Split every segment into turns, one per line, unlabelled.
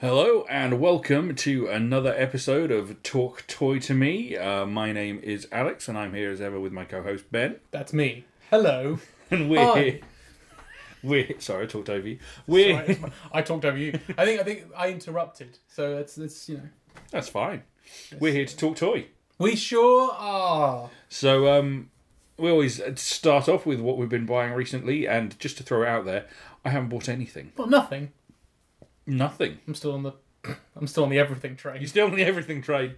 Hello and welcome to another episode of Talk Toy to Me. Uh, my name is Alex, and I'm here as ever with my co-host Ben.
That's me. Hello.
And we're
Hi.
here. We're sorry, I talked over you. We're
Sorry, I talked over you. I think I think I interrupted. So that's that's you know
that's fine. We're here to talk toy.
we sure are.
So um, we always start off with what we've been buying recently, and just to throw it out there, I haven't bought anything.
Well, nothing.
Nothing.
I'm still on the I'm still on the everything train.
You still on the everything trade?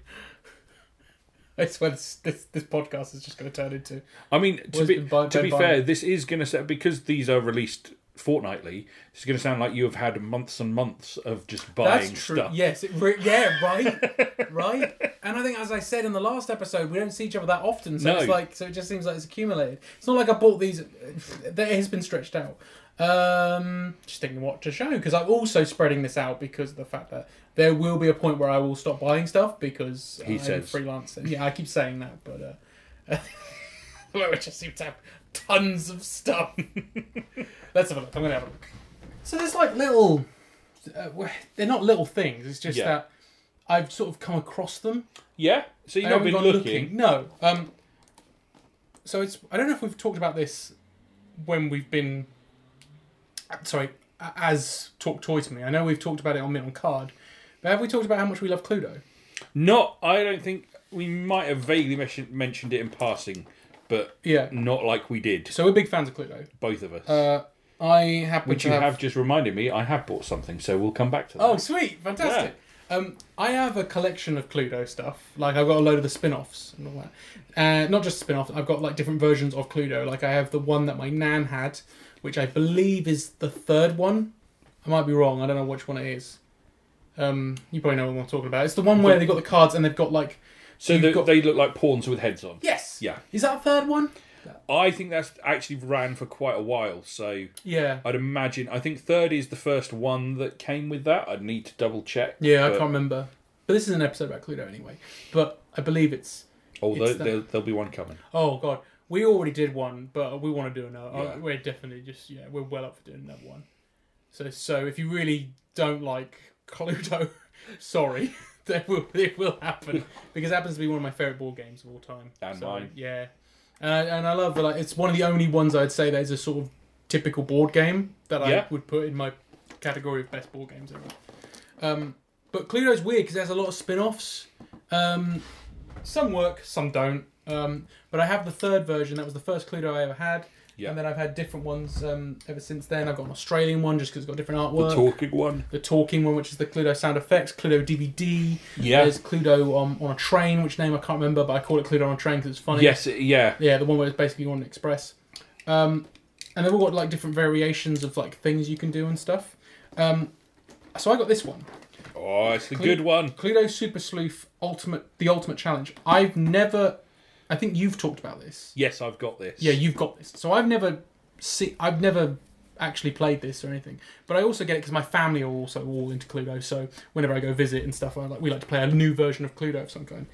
I swear this this, this podcast is just going to turn into
I mean, to
Where's
be,
been buy-
to
been
be
buying?
fair, this is going to sound because these are released fortnightly. It's going to sound like you have had months and months of just buying
that's true.
stuff.
Yes. It re- yeah. Right. right. And I think as I said in the last episode, we don't see each other that often. So
No.
it's like so it just seems like it's accumulated. It's not like I bought these. uh, That has been stretched out. Um, just thinking what to show because I'm also spreading this out because of the fact that there will be a point where I will stop buying stuff because
He
I'm
says.
freelancing. Yeah, I keep saying that, but uh, we just seem to have tons of stuff. Let's have a look. I'm gonna have a look. So there's like little, uh, w- they're not little things. It's just
Yeah.
that I've sort of come across them.
Yeah. So you've
I
not
haven't
been
gone
looking.
No. Um. So it's I don't know if we've talked about this when we've been. uh, Sorry, a- as talk toy to me. I know we've talked about it on Mint on Card, but have we talked about how much we love Cluedo?
Not. I don't think we might have vaguely mention, mentioned it in passing, but
Yeah.
not like we did.
So we're big fans of Cluedo.
Both of us.
Uh, I happen
Which
to
you have... just reminded me. I have bought something, so we'll come back to that.
Oh, sweet, fantastic. Um, I have a collection of Cluedo stuff. Like I've got a load of the spin-offs and all that. Uh, not just spin-offs. I've got like different versions of Cluedo. Like I have the one that my nan had, which I believe is the third one. I might be wrong. I don't know which one it is. Um, you probably know what I'm talking about. It's the one where they've got the cards and they've got like.
so
you've
the,
got-
they look like pawns with heads on.
Yes.
Yeah.
Is that a third one?
I think that's actually ran for quite a while. So
Yeah.
I'd imagine. I think third is the first one that came with that. I'd need to double check.
Yeah, I
but-
can't remember. But this is an episode about Cluedo anyway. But I believe it's
Although
It's the-
there, there'll be one coming.
Oh god, we already did one, but we want to do another.
Yeah.
Uh, We're definitely just yeah, we're well up for doing another one. So so if you really don't like Cluedo, sorry, that will it will happen because it happens to be one of my favorite board games of all time.
And
So,
mine.
Yeah, and I, and I love that. Like, it's one of the only ones I'd say that is a sort of typical board game that
Yeah.
I would put in my category of best board games ever. Um, but Cluedo's weird because there's a lot of spin-offs. Um, some work, some don't. Um, but I have the third version. That was the first Cluedo I ever had.
Yeah.
And then I've had different ones um, ever since then. I've got an Australian one just because it's got different
The
artwork. The,
talking one.
talking one, which is the Cluedo sound effects, Cluedo DVD.
Yeah.
There's Cluedo on, on a train, which name I can't remember, but I call it Cluedo on a train because it's funny.
Yes. Yeah.
Yeah, the one where it's basically on an express. Um, and they've all got like different variations of like things you can do and stuff. Um, so I got this one.
Oh, it's the
Cle-
good one.
Cluedo Super Sleuth Ultimate, the Ultimate Challenge. I've never, I think you've talked about this.
Yes, I've got this.
Yeah, you've got this. So I've never see, I've never actually played this or anything. But I also get it because my family are also all into Cluedo. So whenever I go visit and stuff, I like we like to play a new version of Cluedo of some kind.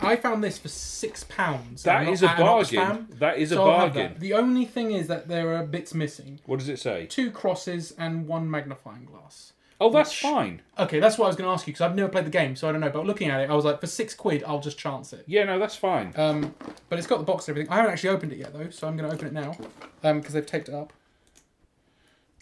I found this for six pounds.
That is a bargain. That is a bargain.
The only thing is that there are bits missing:
What does it say?
two crosses and one magnifying glass.
Oh, that's
Which-
fine.
Okay, that's what I was going to ask you because I've never played the game, so I don't know. But looking at it, I was like, for six quid, I'll just chance it.
Yeah, no, that's fine.
Um, but it's got the box and everything. I haven't actually opened it yet though, so I'm going to open it now because they've taped it up.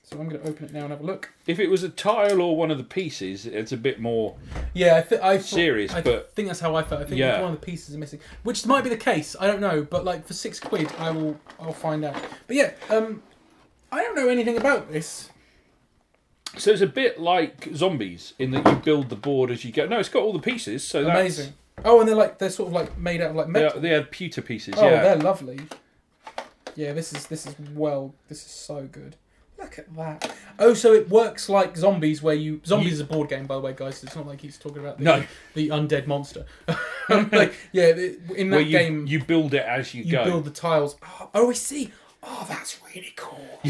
So I'm going to open it now and have a look.
If it was a tile or one of the pieces, it's a bit more.
Yeah, I, th- I thought-
Serious,
I
but-
think that's how I felt. I think
Yeah.
one of the pieces is missing, which might be the case. I don't know, but like for six quid, I will. I'll find out. But yeah, um, I don't know anything about this.
So it's a bit like zombies in that you build the board as you go. No, it's got all the pieces. So that's,
Amazing. Oh, and they're like they're sort of like made out of like
They
metal.
are, they are pewter pieces.
Oh,
yeah.
they're lovely. Yeah, this is this is well, this is so good. Look at that. Oh, so it works like zombies, where you zombies is a board game, by the way, guys. It's not like he's talking about the,
No.
the undead monster. like, yeah, it- in that
Where you,
game, you,
you build it as you, go.
build the tiles. Oh, oh, I see. Oh, that's really cool.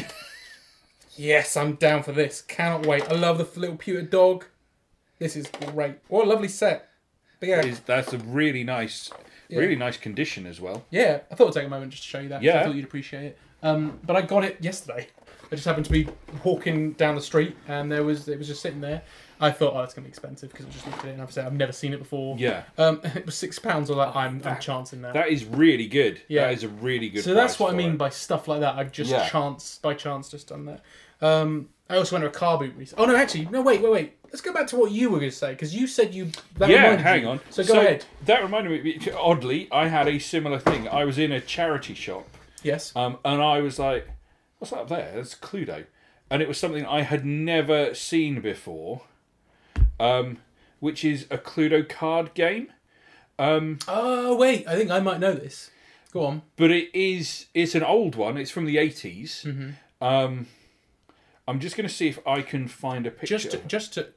yes, I'm down for this. Cannot wait. I love the little pewter dog. This is great. What a lovely set. But yeah,
Is- that's a really nice, really nice condition as well.
Yeah, I thought I'd take a moment just to show you that. 'cause
Yeah.
I thought you'd appreciate it. Um, but I got it yesterday. I just happened to be walking down the street, and there was it was just sitting there, I thought, oh, that's gonna be expensive because I just looked at it and I've said I've never seen it before.
Yeah. Oh,
Um, it was six pounds. All that I'm, I'm chancing that.
That is really good.
Yeah.
That is a really good
so that's
price
what I
for
mean
it.
by stuff like that. I've just
Yeah.
chance by chance just done that. Um, I also went to a car boot recently. Oh no, actually, no, wait, wait, wait. Let's go back to what you were gonna say because you said you. That
yeah,
reminded
hang
you.
on.
So go ahead.
That reminded me. Oddly, I had a similar thing. I was in a charity shop,
Yes.
um, and I was like, "What's that up there? That's Cluedo," and it was something I had never seen before, um, which is a Cluedo card game.
Oh wait, I think I might know this. Go on.
but it is it's an old one. It's from the 80s
Mm-hmm.
Um, I'm just going to see if I can find a picture.
Just to, just to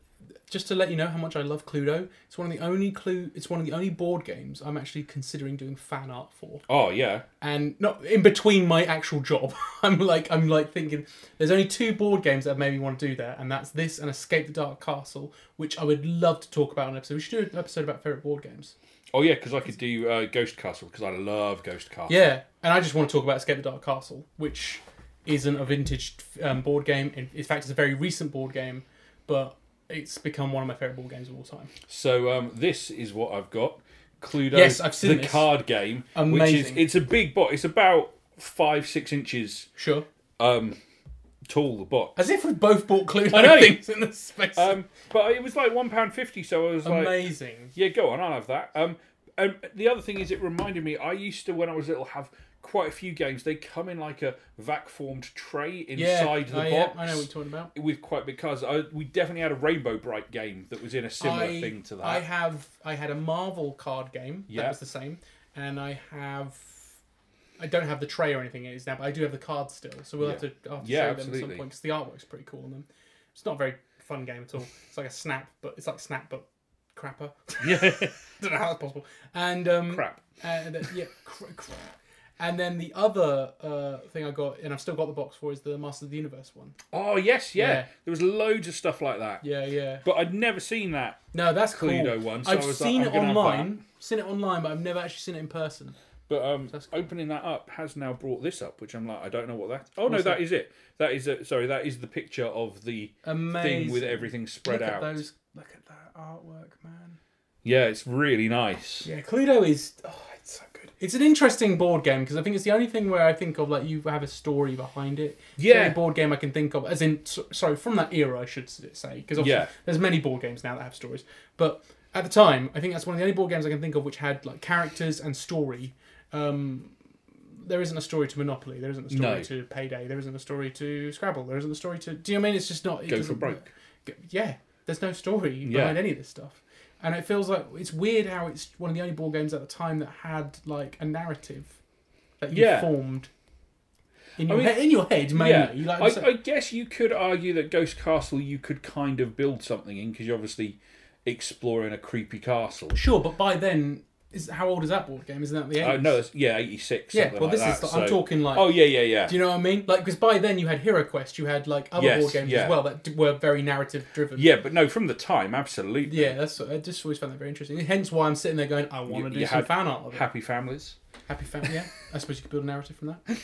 just to let you know how much I love Cluedo. It's one of the only clue. It's one of the only board games I'm actually considering doing fan art for.
oh yeah,
and not in between my actual job i'm like i'm like thinking there's only two board games that made me want to do that and that's this and escape the dark castle which i would love to talk about on an episode we should do an episode about favorite board games
oh yeah, because I could do uh, Ghost Castle because I love Ghost Castle.
yeah and i just want to talk about escape the dark castle which isn't a vintage um, board game in, in fact it's a very recent board game but it's become one of my favorite board games of all time
So um, this is what I've got. Cluedo.
Yes, I've
the
seen this.
card game, which is
Amazing.
it's a big box. It's about five six inches
sure
um, tall. The box.
as if we've both bought clue
I know.
things in this space
Um, but it was like one pound fifty. So I was like,
amazing
Yeah, go on. I'll have that. Um, and the other thing is, it reminded me. I used to, when I was little, have quite a few games. They come in like a vac formed tray
yeah
inside the
I,
box.
i know what you're talking about
with quite because I, we definitely had a Rainbow Bright game that was in a similar
I-
thing to that.
I have I had a Marvel card game
Yeah.
that was the same, and I have I don't have the tray or anything in it now, but I do have the cards still. So we'll have to, I'll have to
Yeah,
show them at
absolutely.
some point because the artwork's pretty cool on them. It's not a very fun game at all. It's like a snap, but it's like snap but crapper.
yeah,
don't know how that's possible. And um,
crap.
and uh, yeah, cra- crap. And then the other uh, thing I got, and I've still got the box for, is the Master of the Universe one.
Oh yes, yeah.
Yeah.
There was loads of stuff like that.
Yeah, yeah.
But I'd never seen that.
No, that's
Cluedo
cool.
one, so
I've
I was like,
seen
I'm
it
gonna have
online, seen it online, but I've never actually seen it in person.
But um,
cool.
opening that up has now brought this up, which I'm like, I don't know what that. Oh no,
What's
that
that?
is it. That is a, sorry. That is the picture of the
Amazing.
thing with everything spread
look
out.
At those, look at that artwork, man.
Yeah, it's really nice.
Yeah, Cluedo is. Oh, it's so good. It's an interesting board game because I think it's the only thing where I think of like you have a story behind it. It's the
Yeah.
only board game I can think of, as in, so- sorry, from that era, I should s- say, because
Yeah.
there's many board games now that have stories, but at the time, I think that's one of the only board games I can think of which had like characters and story. Um, there isn't a story to Monopoly. There isn't a story
No.
to Payday. There isn't a story to Scrabble. There isn't a story to. Do you know what I mean it's just not? It
Go for
doesn't-
broke.
go- yeah, there's no story
Yeah.
behind any of this stuff. And it feels like it's weird how it's one of the only board games at the time that had like a narrative that you
Yeah.
formed in your,
mean-
he- in your head mainly.
yeah,
Like,
I,
so-
I guess you could argue that Ghost Castle you could kind of build something in because you're obviously exploring a creepy castle.
sure, but by then, is how old is that board game? Isn't that the 80s?
Oh no, that's, yeah, eighty six.
yeah. Well,
like
this is
that, so-
I'm talking like.
Oh yeah, yeah, yeah.
Do you know what I mean? Like, because by then you had HeroQuest, you had like other
Yes,
board games
yeah.
as well that d- were very narrative driven.
yeah, but no, from the time, absolutely.
Yeah, that's I just always found that very interesting. Hence why I'm sitting there going, I want
You-
to do
you
some
had
fan art of it.
Happy families.
Happy family. Yeah, I suppose you could build a narrative from that.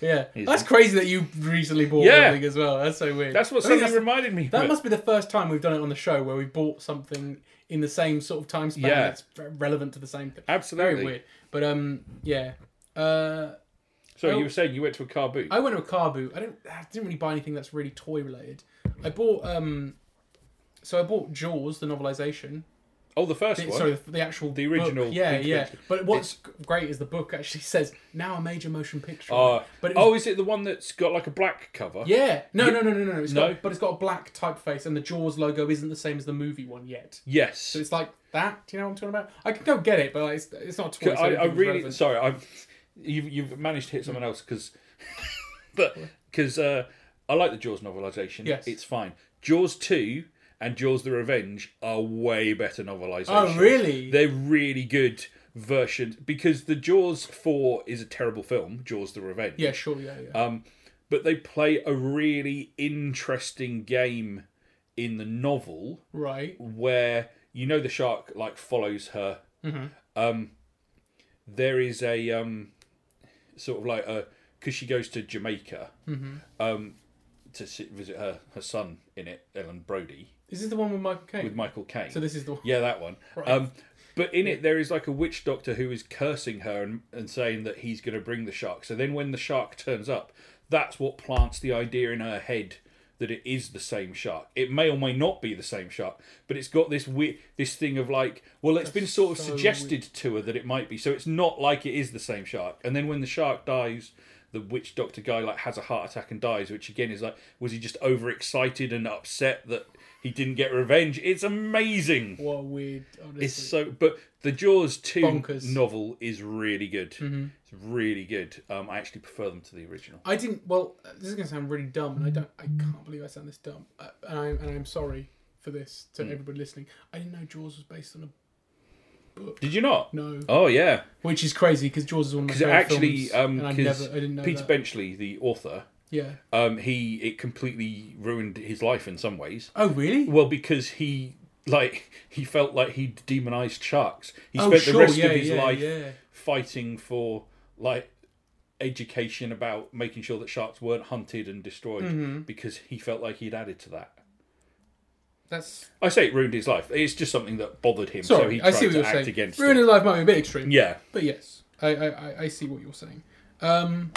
yeah,
Easy.
that's crazy that you recently bought
Yeah.
something as well. That's so weird.
That's what
I think
something
that's-
reminded me.
that
of.
must be the first time we've done it on the show where we bought something in the same sort of time span
Yeah.
that's re- relevant to the same thing.
absolutely.
Very weird. But um, yeah. Uh,
So
Oh.
you were saying you went to a car boot.
I went to a car boot. I don't. I didn't really buy anything that's really toy related. I bought um, so I bought Jaws the novelization.
oh, the first
The,
one.
sorry, the, the actual
The original
book. Yeah,
big
yeah.
picture.
But what's g- great is the book actually says now a major motion picture.
Uh,
but it was,
oh, is it the one that's got like a black cover?
yeah, no, no, no, no, no. no. It's
No?
Got, but it's got a black typeface, and the Jaws logo isn't the same as the movie one yet.
Yes.
So it's like that. Do you know what I'm talking about? I can go get it, but like, it's, it's not. a Toy, so
I, I
don't think it's
really
relevant. Hmm.
sorry. I'm you've you've managed to hit someone else because, but because uh, I like the Jaws novelization.
Yes.
it's fine. Jaws two and Jaws the Revenge are way better novelizations.
Oh, really?
They're really good versions because the Jaws four is a terrible film. Jaws the Revenge.
Yeah, sure. Yeah, yeah.
Um, but they play a really interesting game in the novel
right.
where you know the shark like follows her.
Mm-hmm.
Um, there is a
Mm-hmm.
um, sort of like a because she goes to Jamaica um, to sit, visit her her son in it, Ellen Brody,
Is this the one with Michael Caine?
with Michael Caine.
so this is the one.
Yeah, that one.
Right.
Um, but in it, there is like a witch doctor who is cursing her and, and saying that he's going to bring the shark. So then, when the shark turns up, that's what plants the idea in her head that it is the same shark. It may or may not be the same shark, but it's got this weird, this thing of like, well, it's been
That's
sort of
so
suggested to her that it might be. So it's not like it is the same shark. And then when the shark dies. The witch doctor guy like has a heart attack and dies, which again is like, was he just overexcited and upset that he didn't get revenge? It's amazing.
What a weird. Honestly.
It's so, but the Jaws two
Bonkers. Mm-hmm.
novel is really good. It's really good. Um, I actually prefer them to the original.
I didn't. Well, uh, this is gonna sound really dumb, and I don't. I can't believe I sound this dumb, uh, and I'm and I'm sorry for this to
Hmm.
everybody listening. I didn't know Jaws was based on a
Did you not?
no,
Oh yeah,
which is crazy because Jaws is one of my
because it
favorite
actually um,
films, and I never.
because
I didn't know
Peter
that.
Benchley, the author,
yeah.
um, he it completely ruined his life in some ways.
Oh really?
Well, because he like he felt like he demonized sharks. He
oh
spent
sure.
the rest
yeah,
of his
yeah,
life
Yeah.
fighting for like education about making sure that sharks weren't hunted and destroyed
Mm-hmm.
because he felt like he'd added to that.
That's
I say it ruined his life. It's just something that bothered him, so he
sorry.
tried
I see what
to
you're
act
saying.
against
Ruining
it.
life might be a bit extreme.
Yeah,
But yes, I, I, I- I see what you're saying. Um,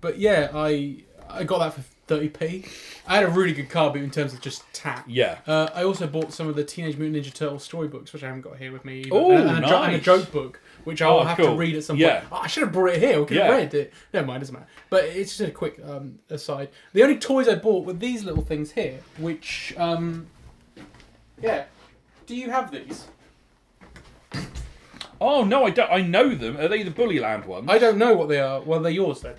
but yeah, I I got that for thirty p. I had a really good car boot in terms of just tap.
yeah.
Uh, I also bought some of the Teenage Mutant Ninja Turtles storybooks, which I haven't got here with me. Either.
Ooh,
and, and a jo- and a
nice.
joke book, which I'll
Oh,
have to
cool.
read at some
Yeah.
point. Oh, I should have brought it here. We could
Yeah.
have read it. Never mind, doesn't matter. But it's just a quick um, aside. The only toys I bought were these little things here, which um, yeah. Do you have these?
Oh no, I don't. I know them. Are they the Bully Land ones?
I don't know what they are. Well, they're yours then,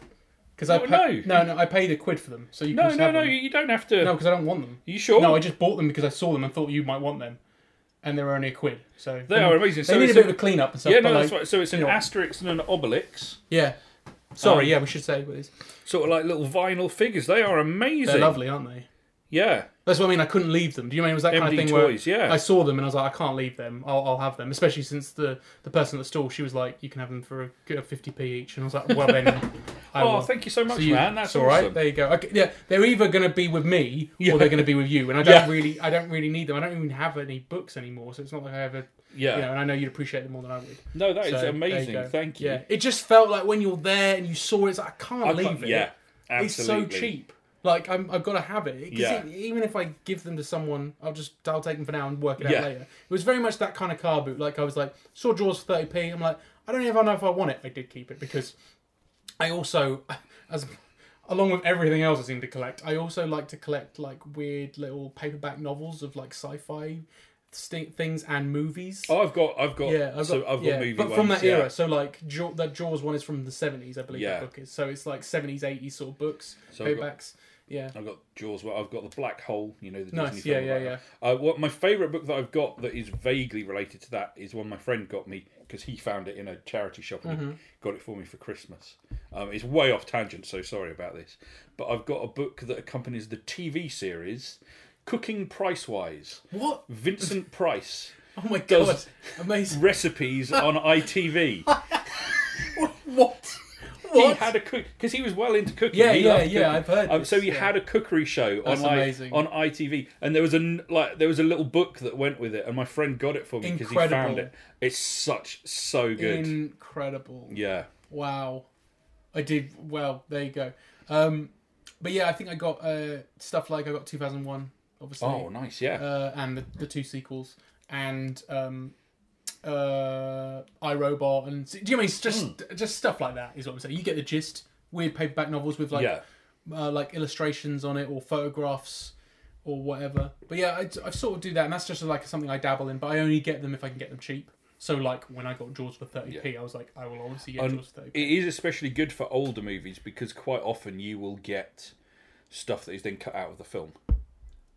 because I
No,
pa-
no.
no no I paid a quid for them, so you
No,
can just
no,
have
no.
them.
You don't have to.
no because I don't want them.
You sure?
No, I just bought them because I saw them and thought you might want them, and they were only a quid. So
They are amazing.
They
So
need
it's
a bit
a-
of a clean up and stuff.
yeah,
but
no, that's
like-
right. So it's an
you know-
asterisk and an obelix,
Yeah. Sorry,
Um,
yeah, we should say what it is.
sort of like little vinyl figures. They are amazing.
They're lovely, aren't they?
Yeah,
That's what I mean. I couldn't leave them. Do you mean it was that kind
MD
of thing
toys,
where
yeah.
I saw them and I was like, I can't leave them. I'll, I'll have them, especially since the the person at the store she was like, you can have them for a fifty p each, and I was like, well then. I
Oh,
will.
thank you so much,
So you-
man. That's
it's all right.
awesome.
There you go. Okay, yeah, they're either going to be with me
Yeah.
or they're going to be with you, and I don't
Yeah.
really, I don't really need them. I don't even have any books anymore, so it's not like I ever,
yeah.
you know. And I know you'd appreciate them more than I would.
No, that is
So, there you
amazing.
go.
Thank you.
Yeah, it just felt like when you're there and you saw it, it's like, I can't
I
leave
can't-
it.
yeah,
it's so
absolutely.
cheap. Like I'm, I've got to have it. 'Cause
Yeah.
e- even if I give them to someone, I'll just I'll take them for now and work it out
Yeah.
later. It was very much that kind of car boot. Like I was like saw drawers for thirty p. I'm like I don't even know if I want it. I did keep it because I also, as along with everything else I seem to collect, I also like to collect like weird little paperback novels of like sci-fi st- things and movies.
Oh, I've got, I've got,
Yeah, I've
so
got,
I've got
yeah,
movie
but
ones.
from that
yeah.
era. So like Jaw, that Jaws one is from the seventies, I believe
Yeah.
that book is. So it's like seventies, eighties sort of books,
So I've got-
paperbacks. Yeah.
I've got Jaws. Well, I've got the Black Hole. You know the
Nice,
Disney film.
yeah,
about
yeah,
that. Uh, what my favourite book that I've got that is vaguely related to that is one my friend got me because he found it in a charity shop and
Mm-hmm.
he got it for me for Christmas. Um, it's way off tangent, so sorry about this. But I've got a book that accompanies the TV series Cooking Price Wise.
What?
Vincent Price
Oh my god!
Does-
Amazing.
recipes on ITV.
what?
he
What?
had a cook because he was well into cooking.
Yeah,
He
yeah,
loved
yeah,
cooking.
I've heard
Um, so
this,
he
yeah.
had a cookery show
That's
on like,
amazing.
on ITV, and there was a n- like there was a little book that went with it, and my friend got it for me because he found
Incredible.
it. It's such so good.
Incredible.
Yeah,
Wow. I did well. There you go. Um, but yeah, I think I got uh, stuff like I got 2001, obviously,
Oh, nice. Yeah.
uh, and the, the two sequels, and um, uh, iRobot, and do you know what I mean It's just
Hmm.
just stuff like that is what I'm saying. You get the gist. Weird paperback novels with like
yeah.
uh, like illustrations on it or photographs or whatever. But yeah, I, I sort of do that, and that's just like something I dabble in. But I only get them if I can get them cheap. So like when I got Jaws for thirty p, I was like, I will obviously get
And
Jaws for thirty p.
it is especially good for older movies because quite often you will get stuff that is then cut out of the film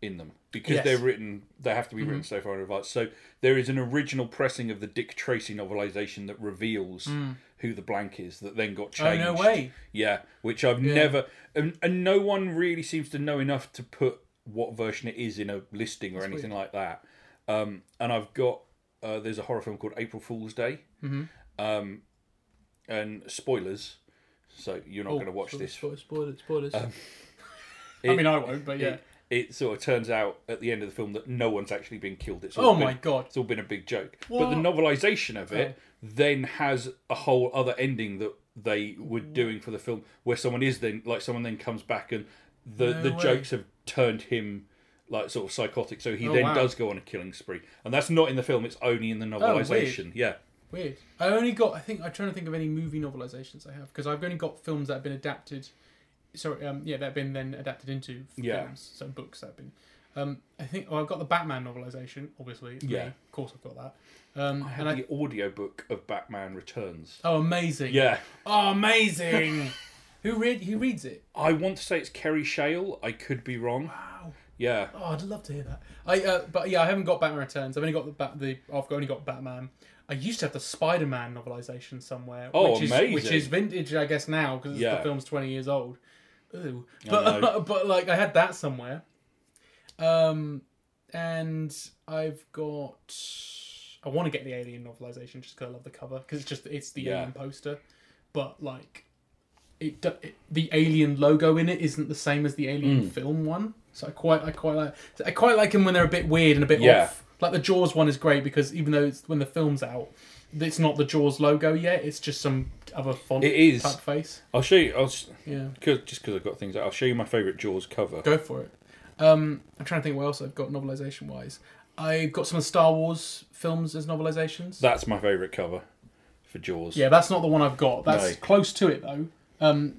in them because
Yes. Mm-hmm.
they're written they have to be written so far in advance so there is an original pressing of the dick tracy novelization that reveals who the blank is that then got
Mm. Oh
changed
no way!
yeah which i've never and, and no one really seems to know enough to put what version it is in a listing or anything like that um, and i've got uh, there's a horror film called april fool's day um,
Oh,
and spoilers Oh, so you're not going to watch this Um,
Spoilers, spoilers, spoilers. I mean, I won't, but yeah.
It, it sort of turns out at the end of the film that no one's actually been killed. It's all
Oh my
been-
god.
it's all been a big joke. But
What?
the novelization of it
Oh.
then has a whole other ending that they were doing for the film, where someone is then like someone then comes back and the
No
the
way.
jokes have turned him like sort of psychotic, so he
Oh,
then
wow. Oh,
does go on a killing spree, and that's not in the film. It's only in the novelization. yeah,
Weird. I only got. I think I'm trying to think of any movie novelizations I have because I've only got films that have been adapted. Sorry, um, yeah, that have been then adapted into films,
Yeah.
so books that have been. Um, I think oh, I've got the Batman novelization, obviously. it's me,
Yeah.
of course I've got that. Um,
I had
and I,
the audiobook of Batman Returns.
oh, amazing!
Yeah,
oh, amazing. who read? Who reads it?
I want to say it's Kerry Shale. I could be wrong.
Wow.
Yeah,
Oh, I'd love to hear that. I, uh, but yeah, I haven't got Batman Returns. I've only got the Bat. The I've only got Batman. I used to have the Spider-Man novelization somewhere.
Oh,
which
amazing.
Is, which is vintage, I guess, now because
Yeah.
the film's twenty years old. Ooh.
I know.
But but like I had that somewhere. Um, and I've got. I want to get the Alien novelization just because I love the cover because it's just it's the
Yeah.
Alien poster, but like. It, do- it, the alien logo in it isn't the same as the
Hmm.
alien film one, so I quite I quite like I quite like them when they're a bit weird and a bit
Yeah.
off. Like the Jaws one is great because even though it's when the film's out, it's not the Jaws logo yet. It's just some other font.
It is.
typeface.
I'll show you. I'll s-
Yeah,
cause, just because I've got things. out, I'll show you my favorite Jaws cover.
go for it. Um, I'm trying to think what else I've got novelization wise. I've got some of the Star Wars films as novelizations.
That's my favorite cover for Jaws.
Yeah, that's not the one I've got. That's
No.
close to it though. Um,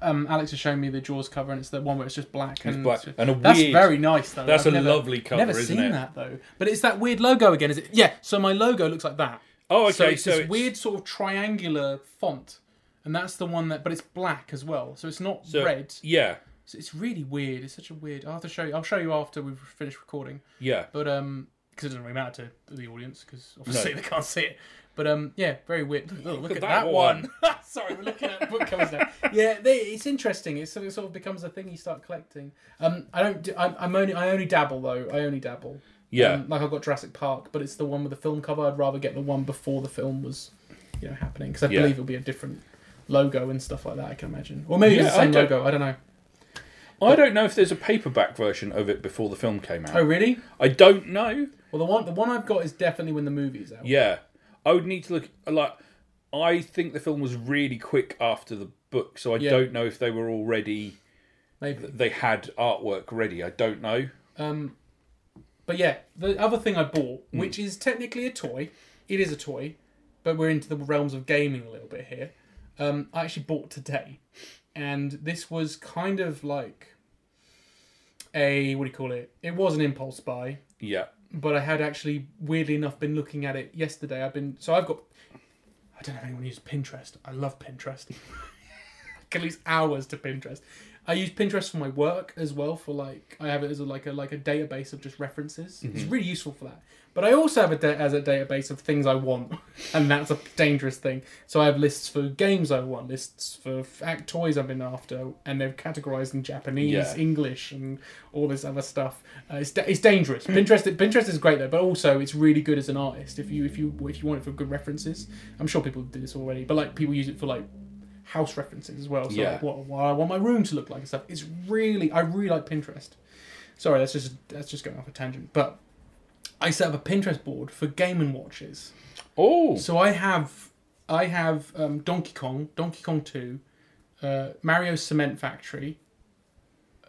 um, Alex has shown me the Jaws cover, and it's the one where it's just black and
It's black and a
That's
weird.
very nice though.
that's
I've
a
never-
lovely cover,
Never
isn't
seen
it?
that though. But it's that weird logo again, is it? Yeah. So my logo looks like that.
Oh,
so
okay.
it's
So,
this
it's-
weird sort of triangular font, and that's the one that. But it's black as well, so it's not
so-
red.
Yeah,
So it's really weird. It's such a weird. I'll have to show you. I'll show you after we've finished recording.
yeah.
But um, because it doesn't really matter to the audience because obviously they can't see it. But um, yeah, very weird. Look, look, at, that, one. Sorry, we're looking at book covers now. Yeah, they, it's interesting. It's sort of, sort of becomes a thing you start collecting. Um, I don't. Do, I'm, I'm only. I only dabble though. I only dabble.
Yeah.
Um, like I've got Jurassic Park, but it's the one with the film cover. I'd rather get the one before the film was, you know, happening because I
Yeah.
believe it'll be a different logo and stuff like that. I can imagine, or maybe
Yeah,
it's the same
I don't-
logo. I don't know.
I don't know if there's a paperback version of it before the film came out.
Oh really?
I don't know.
Well, the one the one I've got is definitely when the movie's out.
Yeah, I would need to look. Like, I think the film was really quick after the book, so I
Yeah.
don't know if they were already
Maybe.
they had artwork ready. I don't know.
Um, but yeah, the other thing I bought, which is technically a toy, it is a toy, but we're into the realms of gaming a little bit here. Um, I actually bought today, and this was kind of like a what do you call it? It was an impulse buy,
Yeah,
but I had actually weirdly enough been looking at it yesterday. I've been so I've got. I don't know if anyone uses Pinterest. I love Pinterest. I can lose hours to Pinterest. I use Pinterest for my work as well. For like, I have it as a, like a like a database of just references. It's really useful for that. But I also have it da- as a database of things I want, and that's a dangerous thing. So I have lists for games I want, lists for f- act toys I've been after, and they're categorized in Japanese,
Yeah.
English, and all this other stuff. Uh, it's, da- it's dangerous. Pinterest Pinterest is great though, but also it's really good as an artist if you if you if you want it for good references. I'm sure people do this already, but like people use it for like house references as well. So
Yeah.
like, what, what I want my room to look like and stuff. It's really I really like Pinterest. Sorry, that's just that's just going off a tangent, but. I set up a Pinterest board for Game and Watches.
Oh,
So I have I have um, Donkey Kong, Donkey Kong Two, uh, Mario Cement Factory,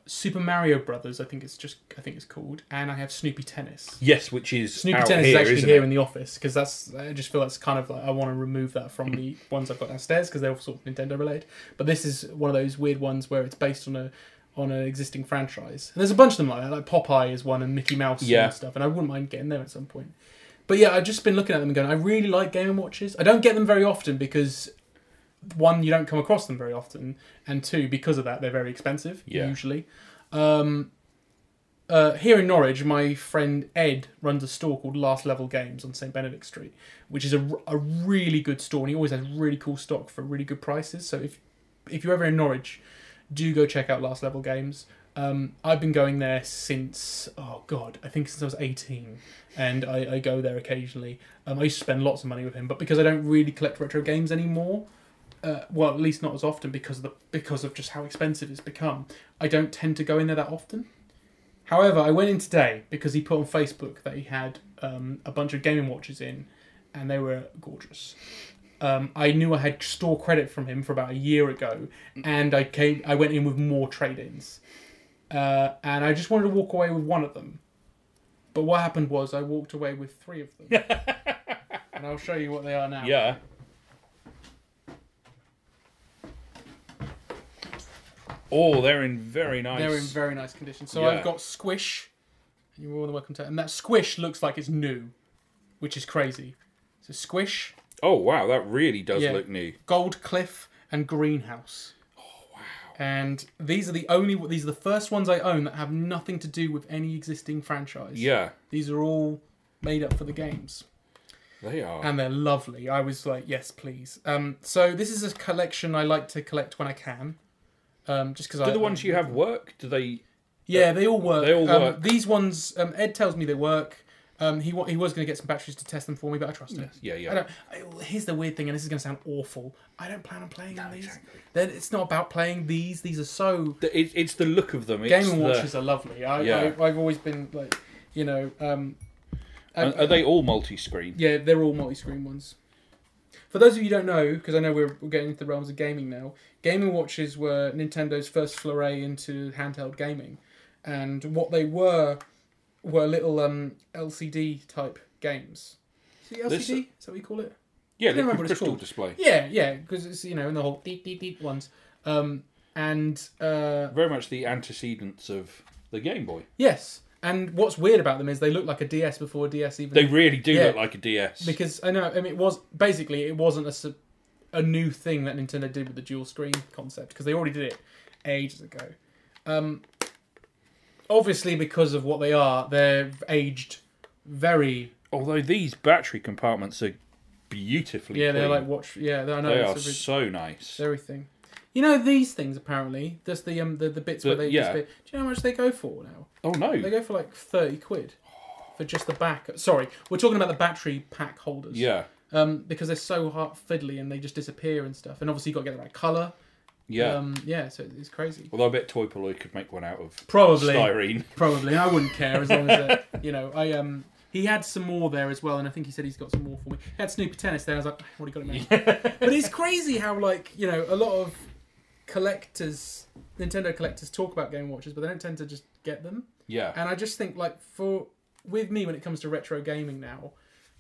Super Mario Brothers. I think it's just I think it's called, and I have Snoopy Tennis.
yes, which is
Snoopy
out
Tennis
here,
is actually
isn't
here
it?
in the office because that's I just feel that's kind of like I want to remove that from the ones I've got downstairs because they're all sort of Nintendo related. But this is one of those weird ones where it's based on a on an existing franchise. And there's a bunch of them like that. Like Popeye is one and Mickey Mouse
Yeah.
and stuff. And I wouldn't mind getting them at some point. But yeah, I've just been looking at them and going, I really like Game and Watches. I don't get them very often because one, you don't come across them very often, and two, because of that, they're very expensive
Yeah.
usually. Um, uh, here in Norwich, my friend Ed runs a store called Last Level Games on St Benedict Street, which is a, r- a really good store, and he always has really cool stock for really good prices. So if if you're ever in Norwich, do go check out Last Level Games. Um, I've been going there since oh god, I think since I was eighteen, and I, I go there occasionally. Um, I used to spend lots of money with him, but because I don't really collect retro games anymore, uh, well, at least not as often because of the because of just how expensive it's become. I don't tend to go in there that often. However, I went in today because he put on Facebook that he had um, a bunch of gaming watches in, and they were gorgeous. Um, I knew I had store credit from him for about a year ago, and I came. I went in with more trade-ins, uh, and I just wanted to walk away with one of them. But what happened was I walked away with three of them, and I'll show you what they are now.
Yeah. Oh, they're in very nice.
They're in very nice condition. So
Yeah.
I've got Squish. You're more than welcome to. And that Squish looks like it's new, which is crazy. So Squish,
Oh wow, that really does
Yeah.
look new.
Gold Cliff, and Greenhouse. Oh wow! And these are the only. These are the first ones I own that have nothing to do with any existing franchise.
Yeah,
These are all made up for the games.
they are.
and they're lovely. I was like, yes, please. Um, so this is a collection I like to collect when I can, um, just because I
Do the ones you have work? Do they?
Yeah, they all work.
They all
Um,
work.
These ones, um, Ed tells me they work. Um, he wa- he was going to get some batteries to test them for me, but I trust him.
Yeah, yeah.
I don't. I, here's the weird thing, and this is going to sound awful. I don't plan on playing on these. Then it's not about playing these. These are so
The- It, it's the look of them. It's
Game
the,
and watches are lovely. I,
Yeah.
I I've always been like, you know, um,
Are, are they all multi-screen?
Yeah, they're all multi-screen ones. For those of you who don't know, because I know we're, we're getting into the realms of gaming now, gaming watches were Nintendo's first foray into handheld gaming, and what they were were little um, LCD type games. Is it LCD?
This-
Is that what you call it?
Yeah,
I don't
liquid
remember what it's
crystal
called.
display.
Yeah, yeah, because it's you know in the whole deep deep deep ones, um, and uh,
Very much the antecedents of the Game Boy.
yes, and what's weird about them is they look like a DS before a DS even
They really do
Yeah.
look like a DS.
because I know I mean it was basically it wasn't a su- a new thing that Nintendo did with the dual screen concept because they already did it ages ago. Um, obviously, because of what they are, they're aged very.
Although these battery compartments are beautifully.
Yeah, they're
clean.
like watch. Yeah, I know
They are
it's a re-
so nice.
everything. You know these things apparently. Just the um the, the bits where
The-
they
yeah.
just, do you know how much they go for now?
Oh
They
no.
go for like thirty quid for just the back. Sorry, we're talking about the battery pack holders.
Yeah,
um, because they're so hard fiddly and they just disappear and stuff. And obviously, you got to get the right color.
yeah.
um, yeah. So it's crazy.
Although I bet Toy Polloy could make one out of
Probably,
styrene.
probably. I wouldn't care as long as it, you know. I um, he had some more there as well, and I think he said he's got some more for me. He had Snoopy Tennis there. And I was like, what have you got it, man? but it's crazy how like you know a lot of collectors, Nintendo collectors, talk about game watches, but they don't tend to just get them.
Yeah.
And I just think like for with me when it comes to retro gaming now,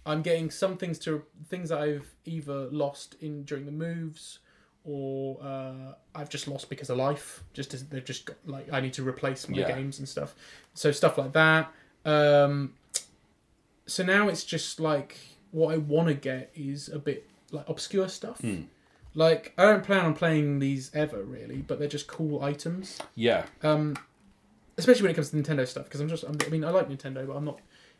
I'm getting some things to things that I've either lost in during the moves or uh, I've just lost because of life. Just as they've just got like I need to replace my
Yeah.
games and stuff. So stuff like that. Um, so now it's just like what I want to get is a bit like obscure stuff.
Hmm.
Like I don't plan on playing these ever really, but they're just cool items
Yeah.
um, especially when it comes to Nintendo stuff. Because I'm just, I'm, I mean, I like Nintendo, but I'm not.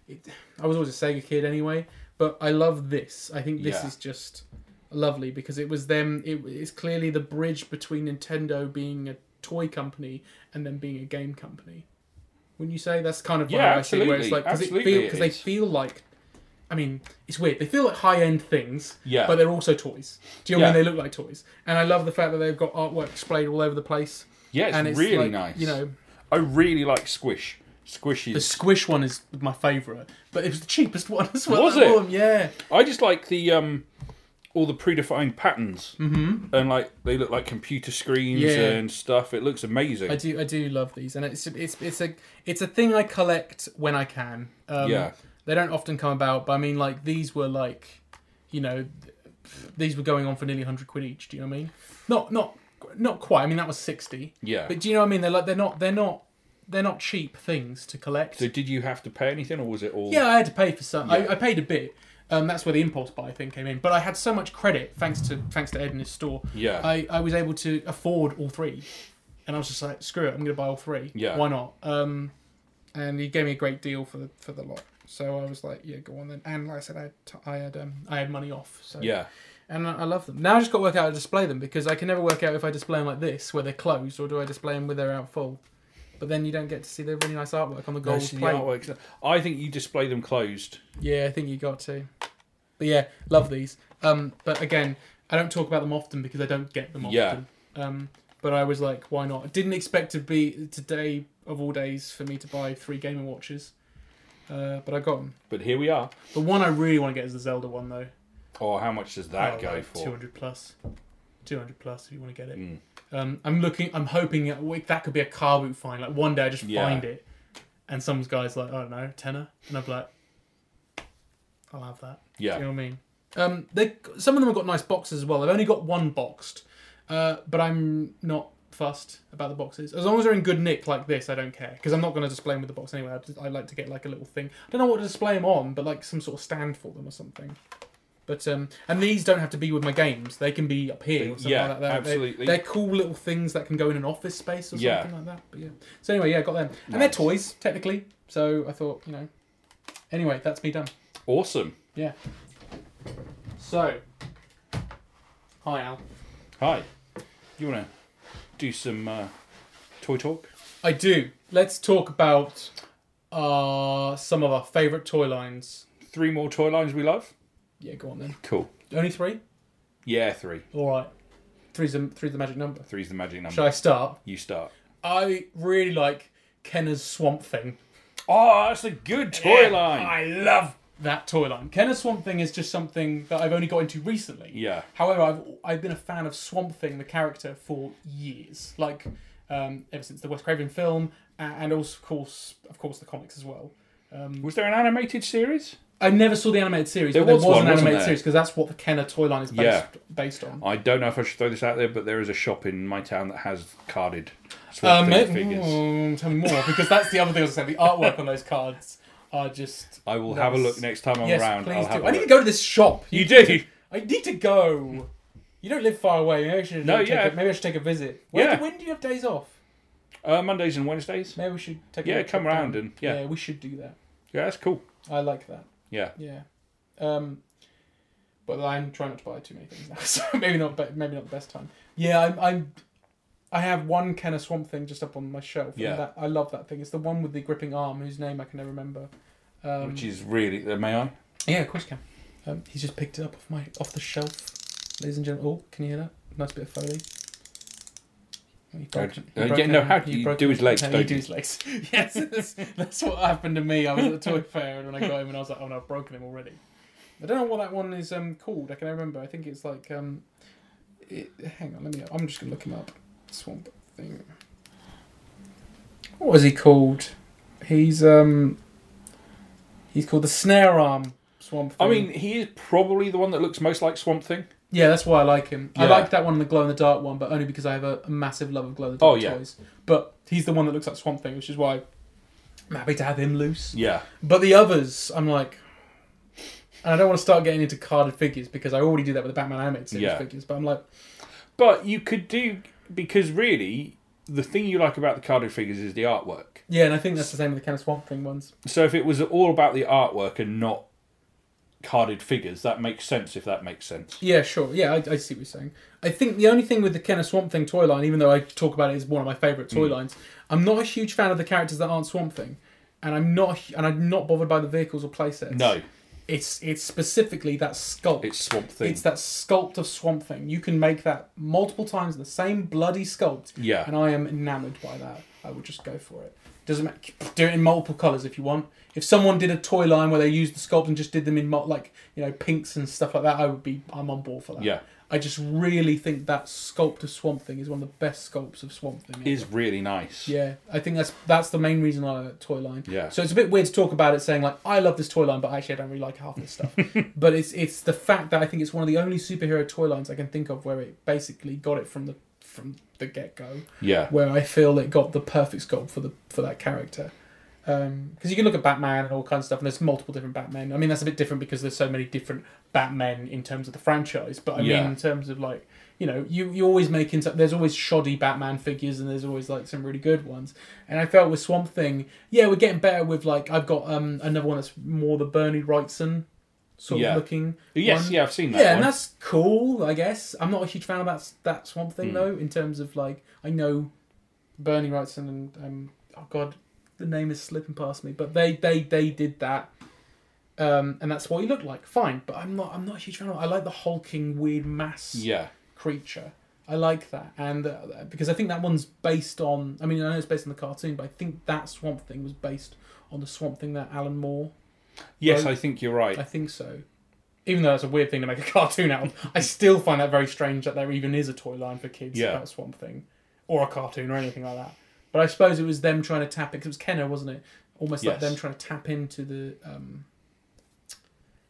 It, I was always a Sega kid anyway, but I love this. I think this
Yeah.
is just lovely because it was them. It, it's clearly the bridge between Nintendo being a toy company and then being a game company. Wouldn't you say that's kind of
Yeah,
how I see it, where it's
absolutely,
like because
absolutely it
they
is.
feel like. I mean, it's weird. They feel like high end things,
Yeah.
but they're also toys. Do you know what I
Yeah.
mean? They look like toys, and I love the fact that they've got artwork displayed all over the place.
Yeah, it's,
and it's
really
like,
nice.
You know,
I really like Squish. Squish
the
is.
squish one is my favourite, but it was the cheapest one as well.
Was
of all
it?
of them, Yeah,
I just like the um, all the predefined patterns mm-hmm. and like they look like computer screens
Yeah.
and stuff. It looks amazing.
I do. I do love these, and it's it's it's a it's a thing I collect when I can. Um,
Yeah.
they don't often come about, but I mean, like these were like, you know, th- these were going on for nearly hundred quid each. Do you know what I mean? Not not not quite. I mean, that was sixty.
Yeah.
But do you know what I mean? They're like they're not they're not they're not cheap things to collect.
So did you have to pay anything or was it all?
Yeah, I had to pay for some. I, I paid a bit. Um, that's where the impulse buy thing came in. But I had so much credit thanks to thanks to Ed and his store.
Yeah.
I, I was able to afford all three, and I was just like, screw it, I'm going to buy all three.
Yeah.
Why not? Um, and he gave me a great deal for the for the lot. So I was like, yeah, go on then. And like I said, I had t- I had um, I had money off. So
Yeah.
And I, I love them. Now I just got to work out how to display them because I can never work out if I display them like this, where they're closed, or do I display them where they're out full. But then you don't get to see the really nice artwork on the gold
Nice in the
plate.
artwork. I think you display them closed.
Yeah, I think you got to. But yeah, love these. Um, but again, I don't talk about them often because I don't get them often.
Yeah.
Um, but I was like, why not? I didn't expect to be today of all days for me to buy three Game and Watches, uh, but I got them.
But here we are.
The one I really want to get is the Zelda one though.
Oh, how much does that go
Two
for? Mm.
hundred plus. Two hundred plus if you want to get it. Um, I'm looking. I'm hoping that we- that could be a car boot find. Like one day I just
Yeah.
find it, and some guy's like, I don't know, tenner, and I'm like, I'll have that. Do you
Yeah.
know what I mean? Um, they some of them have got nice boxes as well. I've only got one boxed, uh, but I'm not fussed about the boxes. As long as they're in good nick like this, I don't care because I'm not going to display them with the box anyway. I, just, I like to get like a little thing. I don't know what to display them on, but like some sort of stand for them or something. But um, and these don't have to be with my games. They can be up here. Or something
Yeah,
like that. They-
absolutely.
They're cool little things that can go in an office space or
Yeah.
something like that. But yeah. So anyway, yeah, got them, and they're
Nice.
toys technically. So I thought, you know. Anyway, that's me done.
Awesome.
Yeah. So, hi Al.
Hi. You want to do some uh, toy talk?
I do. Let's talk about uh, some of our favourite toy lines.
Three more toy lines we love?
Yeah, go on then.
Cool.
Only three?
Yeah, three.
All right. Three's the, three's the magic number.
Three's the magic number.
Should I start?
You start.
I really like Kenner's Swamp Thing.
Oh, that's a good toy
Yeah,
line.
I love that toy line. Kenner's Swamp Thing is just something that I've only got into recently.
Yeah.
However, I've I've been a fan of Swamp Thing, the character, for years. Like um, ever since the Wes Craven film, a- and also of course, of course, the comics as well.
Was there an animated series?
I never saw the animated series.
There
but
was
there was
one,
an
wasn't
animated
there?
series because that's what the Kenner toy line is based
Yeah.
based on.
I don't know if I should throw this out there, but there is a shop in my town that has carded Swamp
Um,
Thing
it-
figures.
mm, tell me more because that's the other thing I was saying. The artwork on those cards are just.
I will have a
nice.
look next time I'm
Yes,
around.
please
I'll have
do.
a
I need to
look.
go to this shop.
You do.
I need to go. You don't live far away. Maybe I should
No,
take
yeah.
a, maybe I should take a visit. When,
Yeah.
when do you have days off?
Uh, Mondays and Wednesdays.
Maybe we should take.
Yeah,
a little
come
trip down.
around and yeah. yeah,
we should do that.
that's cool.
I like that.
Yeah,
Yeah. Um, but I'm trying not to buy too many things now, so maybe not. But maybe not the best time. Yeah, I'm. I'm I have one Kenner Swamp thing just up on my shelf. and
Yeah.
that, I love that thing. It's the one with the gripping arm, whose name I can never remember. Um,
which is really. Uh, may I?
Yeah, of course you can. Um, he's just picked it up off my off the shelf, ladies and gentlemen. Oh, can you hear that? Nice bit of foley. Oh, He broke-
How do-
he
uh,
broke
yeah, no,
it-
how do
he
you
broke
do
it-
his legs,
how
don't
do
you?
his legs. yes, that's, that's what happened to me. I was at the toy fair and when I got him and I was like, oh no, I've broken him already. I don't know what that one is um, called. I can remember. I think it's like, um, it, hang on, let me. I'm just gonna look him up. Swamp thing. What was he called? He's um, he's called the snare arm swamp. Thing.
I mean, he is probably the one that looks most like Swamp Thing.
Yeah, that's why I like him. I
Yeah.
like that one, the glow in the dark one, but only because I have a, a massive love of glow in the dark
Oh, yeah.
toys. But he's the one that looks like Swamp Thing, which is why I'm happy to have him loose.
Yeah,
But the others, I'm like, and I don't want to start getting into carded figures because I already do that with the Batman animated series
Yeah.
figures. But I'm like,
but you could do because really the thing you like about the carded figures is the artwork.
yeah, and I think that's the same with the kind of Swamp Thing ones.
So if it was all about the artwork and not carded figures, that makes sense. If that makes sense.
Yeah, sure. Yeah, I, I see what you're saying. I think the only thing with the Kenner Swamp Thing toy line, even though I talk about it as one of my favourite toy
Hmm.
lines, I'm not a huge fan of the characters that aren't Swamp Thing, and I'm not, a hu- and I'm not bothered by the vehicles or playsets.
No,
It's it's specifically that sculpt.
it's Swamp Thing.
It's that sculpt of Swamp Thing. You can make that multiple times the same bloody sculpt.
Yeah.
And I am enamoured by that. I would just go for it. Doesn't matter. Do it in multiple colours if you want. If someone did a toy line where they used the sculpt and just did them in mul- like you know pinks and stuff like that, I would be I'm on board for that.
Yeah.
I just really think that sculpt of Swamp Thing is one of the best sculpts of Swamp Thing.
is really nice.
Yeah, I think that's that's the main reason I like that toy line.
Yeah.
So it's a bit weird to talk about it saying like I love this toy line, but actually I don't really like half this stuff. but it's it's the fact that I think it's one of the only superhero toy lines I can think of where it basically got it from the from the get go,
Yeah.
where I feel it got the perfect sculpt for the for that character. Because you can look at Batman and all kinds of stuff, and there's multiple different Batmen. I mean, that's a bit different because there's so many different Batmen in terms of the franchise. But I
Yeah.
mean, in terms of like, you know, you you always making some- there's always shoddy Batman figures, and there's always like some really good ones. And I felt with Swamp Thing, yeah, we're getting better with like I've got um another one that's more the Bernie Wrightson sort
Yeah.
of looking.
Yes.
one.
Yeah, I've seen that.
Yeah,
one.
and that's cool, I guess. I'm not a huge fan of that, that Swamp
Hmm.
Thing, though, in terms of, like, I know Bernie Wrightson and, um, oh, God, the name is slipping past me, but they, they, they did that. um, and that's what he looked like. Fine, but I'm not. I'm not a huge fan of. I like the hulking, weird mass
Yeah.
creature. I like that, and uh, because I think that one's based on. I mean, I know it's based on the cartoon, but I think that Swamp Thing was based on the Swamp Thing that Alan Moore.
Yes,
Well,
I think you're right.
Oh, I think so. Even though that's a weird thing to make a cartoon out of, I still find that very strange that there even is a toy line for kids
Yeah.
about Swamp Thing, or a cartoon or anything like that. But I suppose it was them trying to tap it because it was Kenner, wasn't it? Almost
Yes.
like them trying to tap into the, um,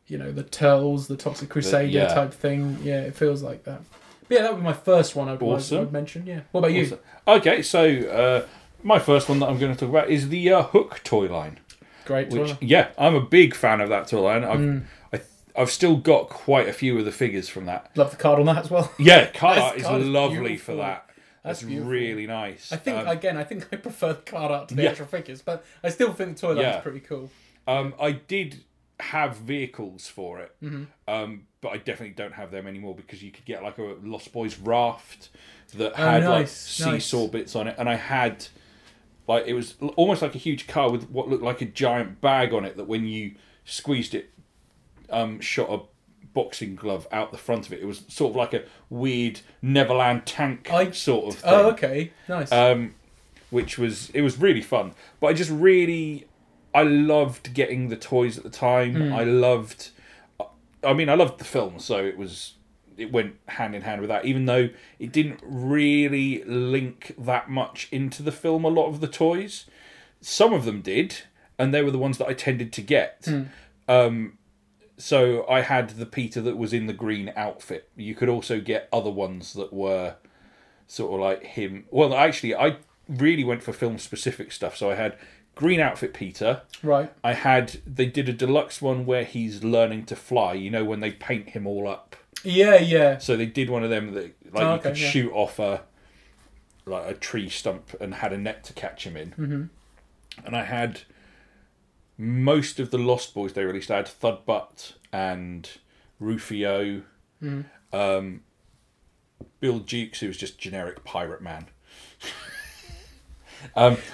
you know, the turtles, the Toxic Crusader
yeah.
type thing. Yeah, it feels like that. But yeah, that would be my first one I'd,
Awesome.
I'd, I'd mention. Yeah. What about you?
Awesome. Okay, so uh, my first one that I'm going to talk about is the uh, Hook toy line.
Great.
Which
toy. Hmm.
yeah, I'm a big fan of that toy line. I've I, I've still got quite a few of the figures from that.
Love the card on that as well.
Yeah, card
That's-
art is
card is
lovely
beautiful.
for that. That's,
That's beautiful.
really nice.
I think
um,
again, I think I prefer the card art to the
Yeah.
actual figures, but I still think the toy line
Yeah.
is pretty cool.
Um, I did have vehicles for it,
Mm-hmm.
um, but I definitely don't have them anymore because you could get like a Lost Boys raft that had like
Oh, nice, nice.
seesaw bits on it, and I had like it was l- almost like a huge car with what looked like a giant bag on it that when you squeezed it, um, shot a boxing glove out the front of it. It was sort of like a weird Neverland tank
I-
sort of thing
Oh, okay, nice.
um, which was it was really fun. But I just really I loved getting the toys at the time. I loved, I mean, I loved the film, so it was it went hand in hand with that. Even though it didn't really link that much into the film, a lot of the toys, some of them did, and they were the ones that I tended to get. Um, so I had the Peter that was in the green outfit. You could also get other ones that were sort of like him. Well, actually, I really went for film specific stuff. So I had green outfit Peter.
right.
I had they did a deluxe one where he's learning to fly. You know when they paint him all up.
Yeah, yeah.
So they did one of them that like you
Oh, okay,
could
yeah.
shoot off a like a tree stump and had a net to catch him in. Mm-hmm. And I had most of the Lost Boys they released. I had Thudbutt and Rufio, um,
Mm.
Bill Dukes, who was just generic pirate man.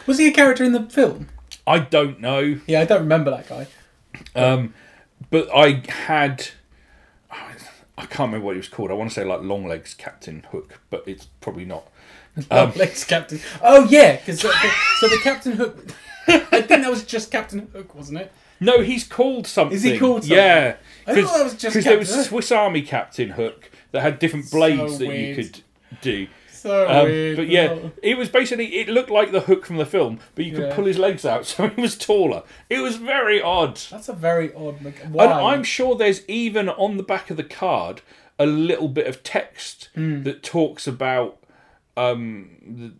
Was he a character in the film?
I don't know.
Yeah, I don't remember that guy.
Um, but I had, I can't remember what he was called. I want to say like Long Legs Captain Hook, but it's probably not.
Um, Captain. Oh yeah, because so the Captain Hook. I think that was just Captain Hook, wasn't it?
No, he's called something.
he called something?
Yeah,
I thought that was just
because there was
Captain Hook.
Swiss Army Captain Hook that had different blades that you
weird.
could do.
So
Um,
weird.
but yeah, it was basically it looked like the hook from the film, but you could
Yeah.
pull his legs out, so he was taller. It was very odd.
that's a very odd. mech- Why?
And I'm sure there's even on the back of the card a little bit of text
Hmm.
that talks about um, the,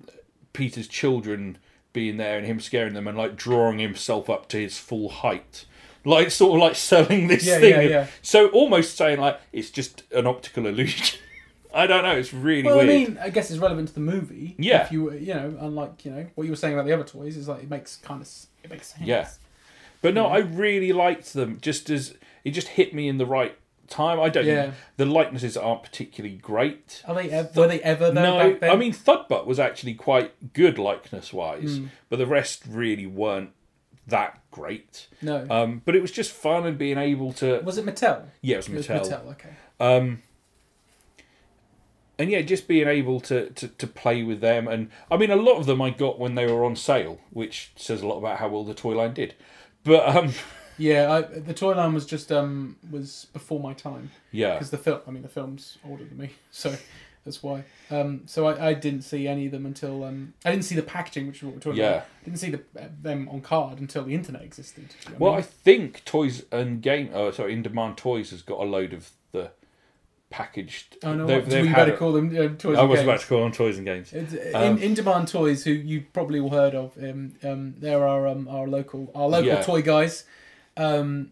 Peter's children being there and him scaring them and like drawing himself up to his full height. Like sort of like selling this
Yeah,
thing.
yeah, yeah.
So almost saying like it's just an optical illusion. I don't know, it's really
well, I
weird.
mean, I guess it's relevant to the movie.
Yeah.
If you, were- you know, unlike you know what you were saying about the other toys, is like it makes kind of s- it makes sense.
Yeah. But no, I really liked them. Just as it just hit me in the right time. I don't.
Yeah.
The likenesses aren't particularly great.
Are they ever? Were they ever though?
No,
back then?
I mean Thudbutt was actually quite good likeness
Hmm.
wise, but the rest really weren't that great.
no.
Um, but it was just fun and being able to.
was it Mattel?
Yeah, it was
It was
Mattel.
Mattel. Okay.
Um, and yeah, just being able to, to to play with them, and I mean a lot of them I got when they were on sale, which says a lot about how well the toy line did. But um,
Yeah, I, the toy line was just um was before my time
yeah,
because the film. I mean, the film's older than me, so that's why. Um, so I, I didn't see any of them until um I didn't see the packaging, which is what we're talking
Yeah.
about. Didn't see the, uh, them on card until the internet existed. do you know what
well
I
I
mean?
think Toys and Game, oh sorry, In Demand Toys has got a load of the packaged.
oh no,
they've-
what,
they've
we
had
better
it-
call them uh, toys.
I
and
was
games.
about to call on Toys and Games.
It's, uh,
Um,
in, in demand toys who you probably all heard of um, um there are um our local our local
Yeah.
toy guys um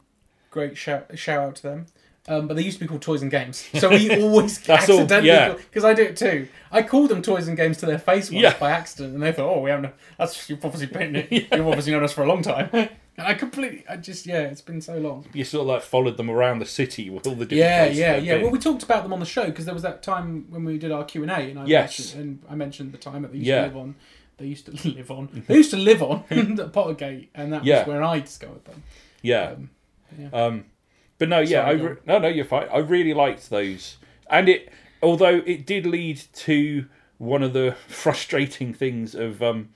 great shout shout out to them um, but they used to be called toys and games so we always
That's all, yeah.
accidentally because i do it too i called them toys and games to their face once
Yeah.
by accident and they thought oh we haven't that's you've obviously been you've obviously known us for a long time and i completely i just yeah it's been so long
you sort of like followed them around the city with all the different
yeah,
places
yeah,
they've
yeah.
been.
Well, we talked about them on the show because there was that time when we did our Q and A, and I
Yes.
mentioned, and I mentioned the time that they used
Yeah.
to live on. They used to live on. They used to live on at Pottergate, and that
Yeah.
was when I discovered them.
yeah.
um, Yeah.
Um, but no, yeah, I
Sorry,
re- no, no, you're fine. I really liked those, and it although it did lead to one of the frustrating things of um,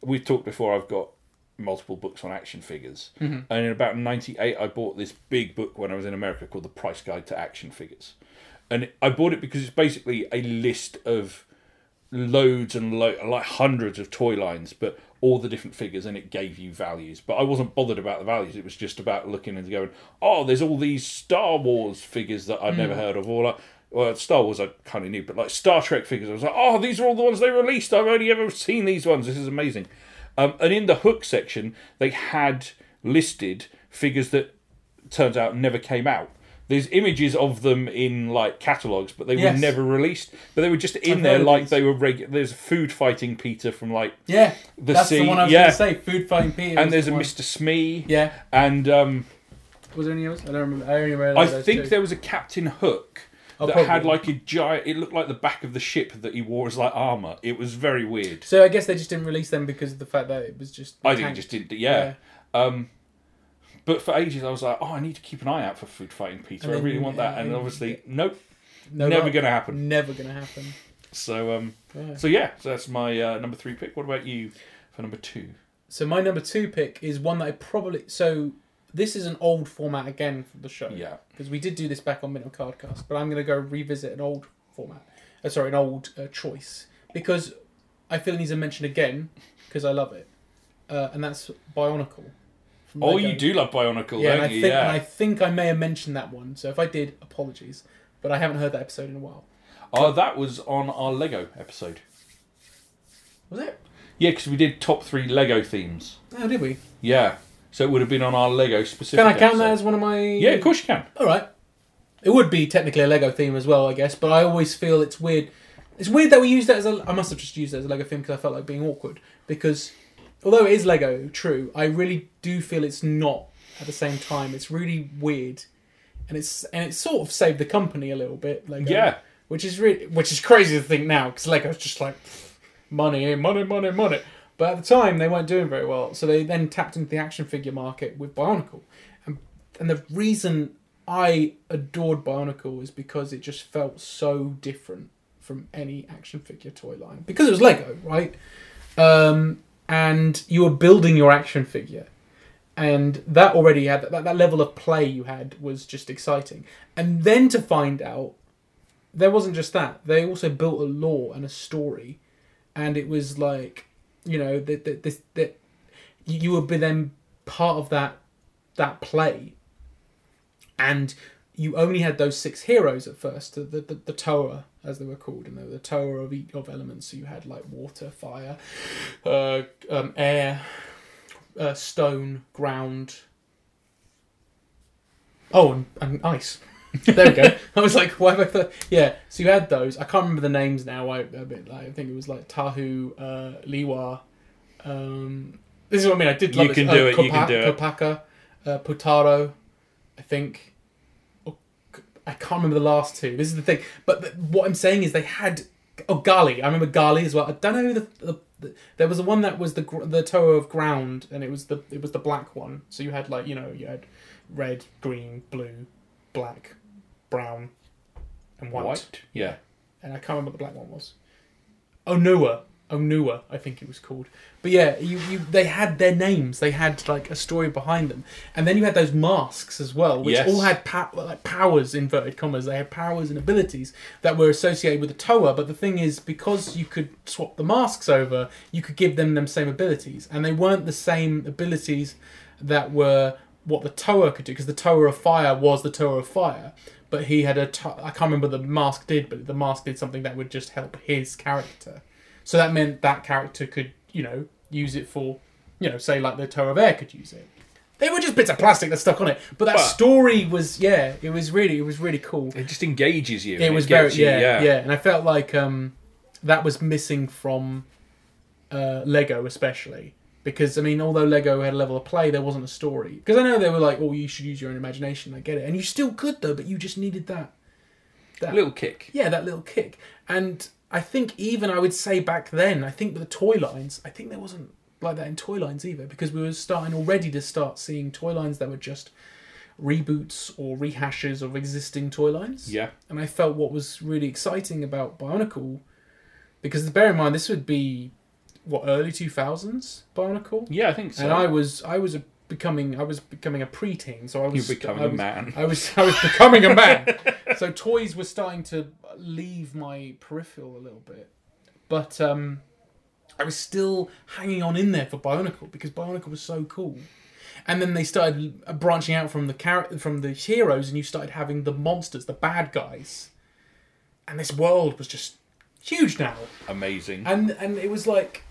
we've talked before. I've got multiple books on action figures,
Mm-hmm.
and in about '98, I bought this big book when I was in America called The Price Guide to Action Figures, and I bought it because it's basically a list of loads and lo- like hundreds of toy lines, but all the different figures, and it gave you values. But I wasn't bothered about the values. It was just about looking and going, oh, there's all these Star Wars figures that I'd never heard of, or like. Well, Star Wars I kind of knew, but like Star Trek figures, I was like, "Oh, these are all the ones they released. I've only ever seen these ones. This is amazing." Um, and in the hook section, they had listed figures that turns out never came out. There's images of them in like catalogs, but they
Yes.
were never released. But they were just in
I've
there
heard of
like
these.
they were regular. There's food fighting Peter from like,
Yeah,
The
that's the
sea-
one I was
yeah.
going to say. Food fighting Peter.
and
was
there's
the
a
one.
Mr. Smee.
Yeah,
And um,
was there any others? I don't remember. I only remember.
I
those
think
two.
there was a Captain Hook
Oh,
that had
probably.
like a giant. It looked like the back of the ship that he wore as like armor. It was very weird.
So I guess they just didn't release them because of the fact that it was just.
I think it
tanked.
just didn't. Yeah. Um, but for ages, I was like, oh, I need to keep an eye out for food fighting Peter.
And
I
then-
really want that.
and
And
then-
obviously, nope,
No,
never
not-
going to happen.
Never gonna happen.
So um,
Yeah.
so yeah, so that's my uh, number three pick. What about you for number two?
So my number two pick is one that I probably so this is an old format again for the show.
Yeah.
Because we did do this back on Middle Cardcast, but I'm gonna go revisit an old format. Uh, sorry, an old uh, choice because I feel it needs a mention again because I love it, uh, and that's Bionicle. from
Oh,
Lego.
you do love Bionicle,
Yeah, and I
don't you?
think
yeah.
and I think I may have mentioned that one. So if I did, apologies, but I haven't heard that episode in a while.
Oh, that was on our Lego episode.
Was it?
Yeah, because we did top three Lego themes.
Oh, did we?
Yeah, so it would have been on our Lego specific.
Can I count that
episode.
as one of my?
Yeah, of course you can.
All right. It would be technically a Lego theme as well, I guess, but I always feel it's weird. It's weird that we used that as a. I must have just used that as a Lego theme because I felt like being awkward. Because although it is Lego, true, I really do feel it's not at the same time. It's really weird, and it's and it sort of saved the company a little bit. Lego,
Yeah.
which is really which is crazy to think now because Lego's just like pff, money, money, money, money. But at the time, they weren't doing very well, so they then tapped into the action figure market with Bionicle, and and the reason I adored Bionicle is because it just felt so different from any action figure toy line because it was Lego, right? Um, and you were building your action figure, and that already had that, that level of play you had was just exciting. And then to find out, there wasn't just that; they also built a lore and a story, and it was like, you know, that that this that you you would be then part of that that play and you only had those six heroes at first, the the, the, the Toa as they were called, and they were the Toa of each of elements. So you had like water, fire, uh, um, air, uh, stone, ground. Oh, and, and ice. there we go. I was like, why have I thought? Yeah, so you had those. I can't remember the names now. I, a bit like, I think it was like Tahu, uh, Liwa. Um, this is what I mean. I did
You
love
can
this.
do it, you can
Kopa-
do it.
Kopaka, uh, Potaro, I think. Oh, I can't remember the last two. This is the thing. But, but what I'm saying is they had oh Gali. I remember Gali as well. I don't know the, the, the there was the one that was the gr- the Toa of Ground, and it was the it was the black one. So you had like you know you had red, green, blue, black, brown, and white.
Yeah.
And I can't remember what the black one was. Onua. Onua, I think it was called. But yeah, you, you they had their names. They had like a story behind them, and then you had those masks as well, which
Yes.
all had pa- like powers inverted commas. They had powers and abilities that were associated with the Toa. But the thing is, because you could swap the masks over, you could give them them same abilities, and they weren't the same abilities that were what the Toa could do, because the Toa of Fire was the Toa of Fire. But he had a to- I can't remember what the mask did, but the mask did something that would just help his character. So that meant that character could, you know, use it for, you know, say like the Tower of Air could use it. They were just bits of plastic that stuck on it, but that
But-
story was yeah, it was really it was really cool.
It just engages you.
It
and
was very
gets you,
yeah, yeah and I felt like um that was missing from uh Lego especially because I mean although Lego had a level of play there wasn't a story because I know they were like oh you should use your own imagination I get it and you still could though but you just needed that that
Little kick.
yeah, that little kick. And I think even I would say back then, I think with the toy lines, I think there wasn't like that in toy lines either because we were starting already to start seeing toy lines that were just reboots or rehashes of existing toy lines.
Yeah.
And I felt what was really exciting about Bionicle, because bear in mind this would be what early two thousands Bionicle,
Yeah, I think so.
and I was I was a, becoming I was becoming a preteen, so I
You're
was
becoming
I
a
was-
man.
I was I was becoming a man. so toys were starting to leave my peripheral a little bit, but um, I was still hanging on in there for Bionicle because Bionicle was so cool. And then they started uh, branching out from the char- from the heroes, and you started having the monsters, the bad guys, and this world was just huge now.
Amazing.
And and it was like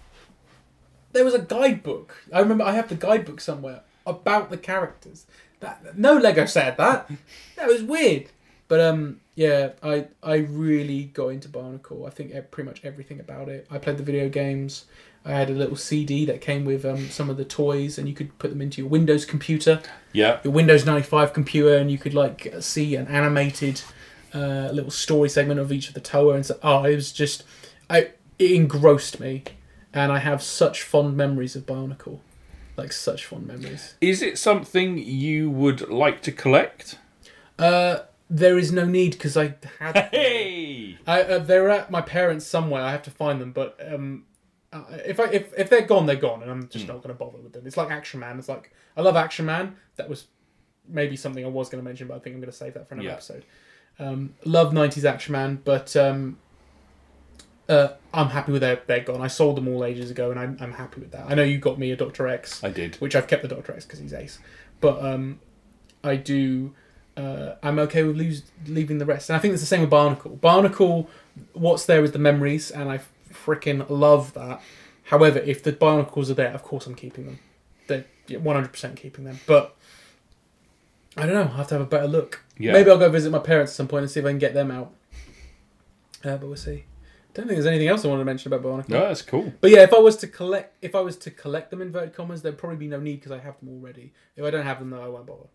there was a guidebook. I remember I have the guidebook somewhere about the characters. That no Lego said that. that was weird. But um yeah, I I really got into Barnacle. I think e- pretty much everything about it. I played the video games. I had a little CD that came with um, some of the toys, and you could put them into your Windows computer
Yeah.
your Windows 95 computer and you could like see an animated uh, little story segment of each of the tower and so oh it was just I, it engrossed me and I have such fond memories of Bionicle like such fond memories
Is it something you would like to collect?
uh there is no need because I had
Hey!
I, uh, they're at my parents somewhere I have to find them but um uh, if I if, if they're gone they're gone and I'm just not going to bother with them it's like Action Man it's like I love Action Man that was maybe something I was going to mention, but I think I'm going to save that for another
Yeah.
episode. Um, love '90s Action Man, but um, uh, I'm happy with their they're gone. I sold them all ages ago, and I'm, I'm happy with that. I know you got me a Doctor X,
I did.
which I've kept the Doctor X because he's ace, but um, I do. Uh, I'm okay with lose, leaving the rest, and I think it's the same with Barnacle. Barnacle, what's there is the memories, and I freaking love that. However, if the barnacles are there, of course I'm keeping them. They're yeah, 100% keeping them, but I don't know. I have to have a better look.
Yeah.
Maybe I'll go visit my parents at some point and see if I can get them out. Uh, but we'll see. Don't think there's anything else I want to mention about Bionicle.
No, that's cool.
But yeah, if I was to collect, if I was to collect them inverted commas, there'd probably be no need because I have them already. If I don't have them, though, I won't bother.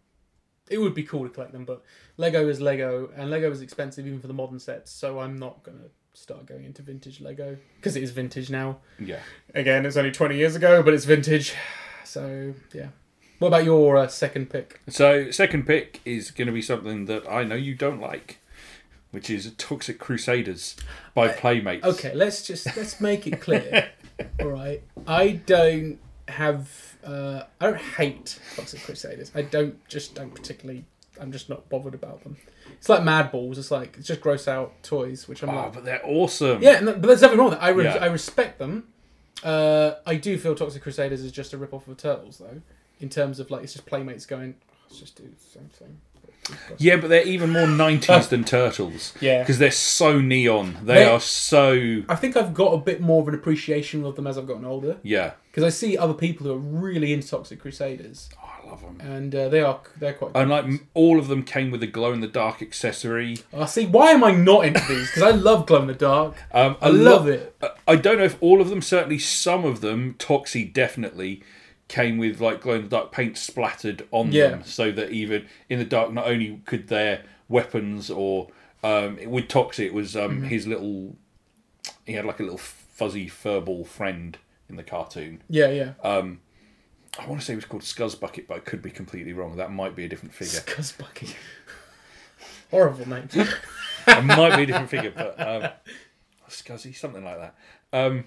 It would be cool to collect them, but Lego is Lego, and Lego is expensive even for the modern sets. So I'm not gonna start going into vintage Lego because it is vintage now.
Yeah.
Again, it's only 20 years ago, but it's vintage. So yeah. What about your uh, second pick?
So, second pick is going to be something that I know you don't like, which is Toxic Crusaders by Playmates.
Okay, let's just let's make it clear. All right, I don't have uh, I don't hate Toxic Crusaders. I don't just don't particularly. I'm just not bothered about them. It's like Mad Balls. It's like it's just gross out toys, which I'm
Oh,
not.
but they're awesome.
Yeah, no, but there's nothing wrong with that. I re-
Yeah.
I respect them. Uh, I do feel Toxic Crusaders is just a rip off of Turtles though, in terms of like it's just playmates going. "Oh, Let's just do the same thing.
Yeah, but they're even more 90s than Turtles.
Yeah.
Because they're so neon. They
They-
are so.
I think I've got a bit more of an appreciation of them as I've gotten older.
Yeah.
because I see other people who are really into Toxic Crusaders,
Oh, I love them.
and uh, they are they're quite.
And like m- all of them came with a glow in the dark accessory.
I see. Why am I not into these? Because I love glow in the dark.
Um,
I love it.
I don't know if all of them, certainly some of them, Toxie definitely came with like glow in the dark paint splattered on
Yeah.
them, so that even in the dark, not only could their weapons or um, with Toxie, it was
Mm-hmm.
um, his little. He had like a little fuzzy furball friend in the cartoon.
Yeah, yeah.
Oh, I want to say it was called Scuzzbucket, but I could be completely wrong. That might be a different figure.
Scuzz Bucky. Horrible name.
it might be a different figure, but um, Scuzzy, something like that. Um,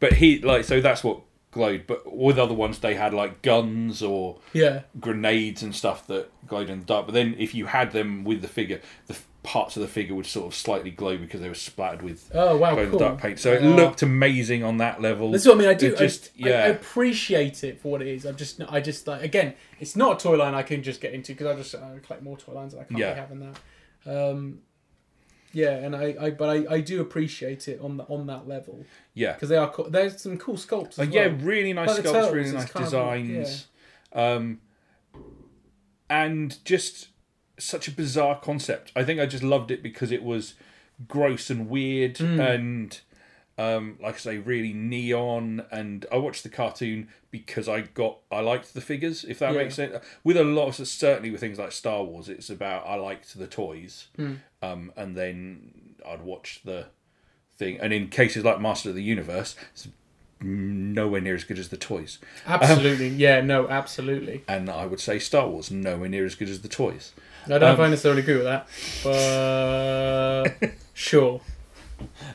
but he like so that's what glowed. But with other ones, they had like guns or
yeah,
grenades and stuff that glowed in the dark. But then if you had them with the figure, the f- parts of the figure would sort of slightly glow because they were splattered with uh,
Oh, wow,
glow in the
cool.
dark paint. So it
Wow.
looked amazing on that level.
that's what I mean. I do.
It just
I, I
yeah.
appreciate it for what it is. I'm just, I just like again, it's not a toy line I can just get into because I just uh, collect more toy lines that I can't
Yeah.
be having that. Um, yeah, and I, I but I, I do appreciate it on the, on that level
yeah.
because they are co- there's some cool sculpts.
But
as
Uh, yeah,
well.
really nice
Like the
sculpts,
turtles,
really
it's
nice
kind of like-
designs, um, and just such a bizarre concept. I think I just loved it because it was gross and weird,
Hmm.
and um, like I say, really neon. And I watched the cartoon because I got I liked the figures, if that
Yeah.
makes sense. With a lot of certainly with things like Star Wars, it's about I liked the toys,
Hmm.
um, and then I'd watch the thing. And in cases like Master of the Universe, it's nowhere near as good as the toys.
Absolutely.
Um,
yeah, no, absolutely.
And I would say Star Wars, nowhere near as good as the toys.
I don't know if
um,
I necessarily agree with that, but sure.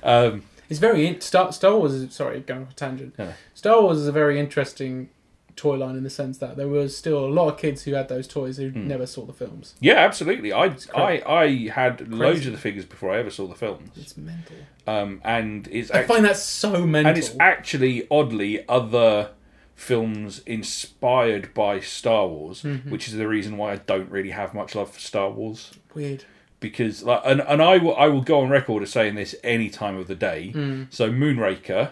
Um,
It's very in- Star Star Wars. Is, sorry, going off a tangent.
Yeah.
Star Wars is a very interesting toy line in the sense that there was still a lot of kids who had those toys who
Hmm.
never saw the films.
yeah, absolutely. I, I,
crazy.
I had loads of the figures before I ever saw the films.
It's mental.
Um, and it's
I
act-
find that so mental.
and it's actually oddly other films inspired by Star Wars,
Mm-hmm.
which is the reason why I don't really have much love for Star Wars.
weird.
because like and, and I will I will go on record as saying this any time of the day.
Mm.
So Moonraker,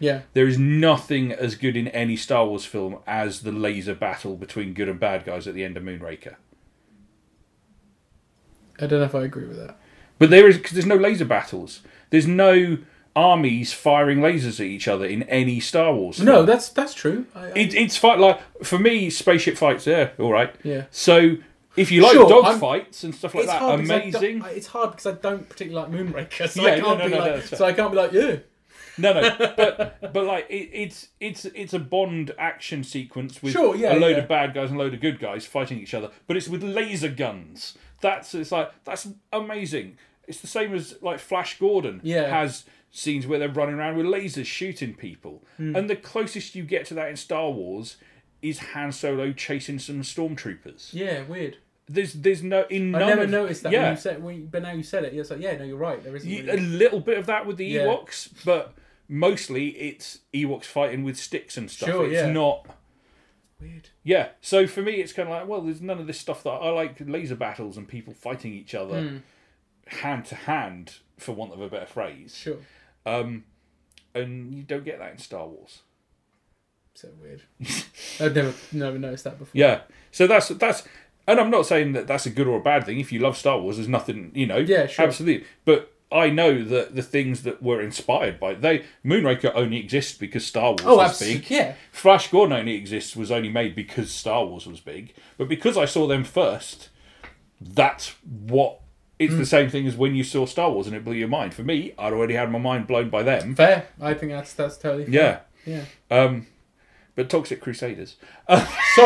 Yeah,
there is nothing as good in any Star Wars film as the laser battle between good and bad guys at the end of Moonraker.
I don't know if I agree with that.
But there is because there's no laser battles. There's no armies firing lasers at each other in any Star Wars. Film.
No, that's that's true. I, I,
it, it's fight like for me spaceship fights. Yeah, all right.
yeah.
So if you like
Sure,
dog
I'm-
fights and stuff like that,
because I don't-
amazing.
I- it's hard because I don't particularly like Moonraker, so
Yeah,
I
no,
can't
no,
be
no, no,
like,
that's
so I can't be like, yeah,
No, no, but but like it, it's it's it's a Bond action sequence with
Sure, yeah,
a load
yeah.
of bad guys and a load of good guys fighting each other, but it's with laser guns. That's it's like that's amazing. It's the same as like Flash Gordon
Yeah.
has scenes where they're running around with lasers shooting people,
Hmm.
and the closest you get to that in Star Wars is Han Solo chasing some stormtroopers.
yeah, weird.
There's there's no in none
I never
of-
noticed that. When
Yeah,
you said, when you, but now you said it. It's like, yeah, no, you're right. There isn't.
you-
really-
a little bit of that with the
Yeah.
Ewoks, but mostly it's Ewoks fighting with sticks and stuff.
Sure,
it's
yeah.
not.
Weird.
Yeah, so for me, it's kind of like, well, there's none of this stuff that I like laser battles and people fighting each
Hmm.
other hand to hand, for want of a better phrase.
Sure.
And you don't get that in Star Wars.
So weird. I've never never noticed that before.
Yeah, so that's that's, and I'm not saying that that's a good or a bad thing. If you love Star Wars, there's nothing, you know.
Yeah, sure.
absolutely. But I know that the things that were inspired by they Moonraker only exists because Star Wars
Oh,
was
absolutely.
big.
Yeah.
Flash Gordon only exists was only made because Star Wars was big, but because I saw them first, that's what it's
Mm.
the same thing as when you saw Star Wars and it blew your mind. For me, I'd already had my mind blown by them.
Fair. I think that's that's totally. Fair.
Yeah,
Yeah.
um, but Toxic Crusaders.
Sorry.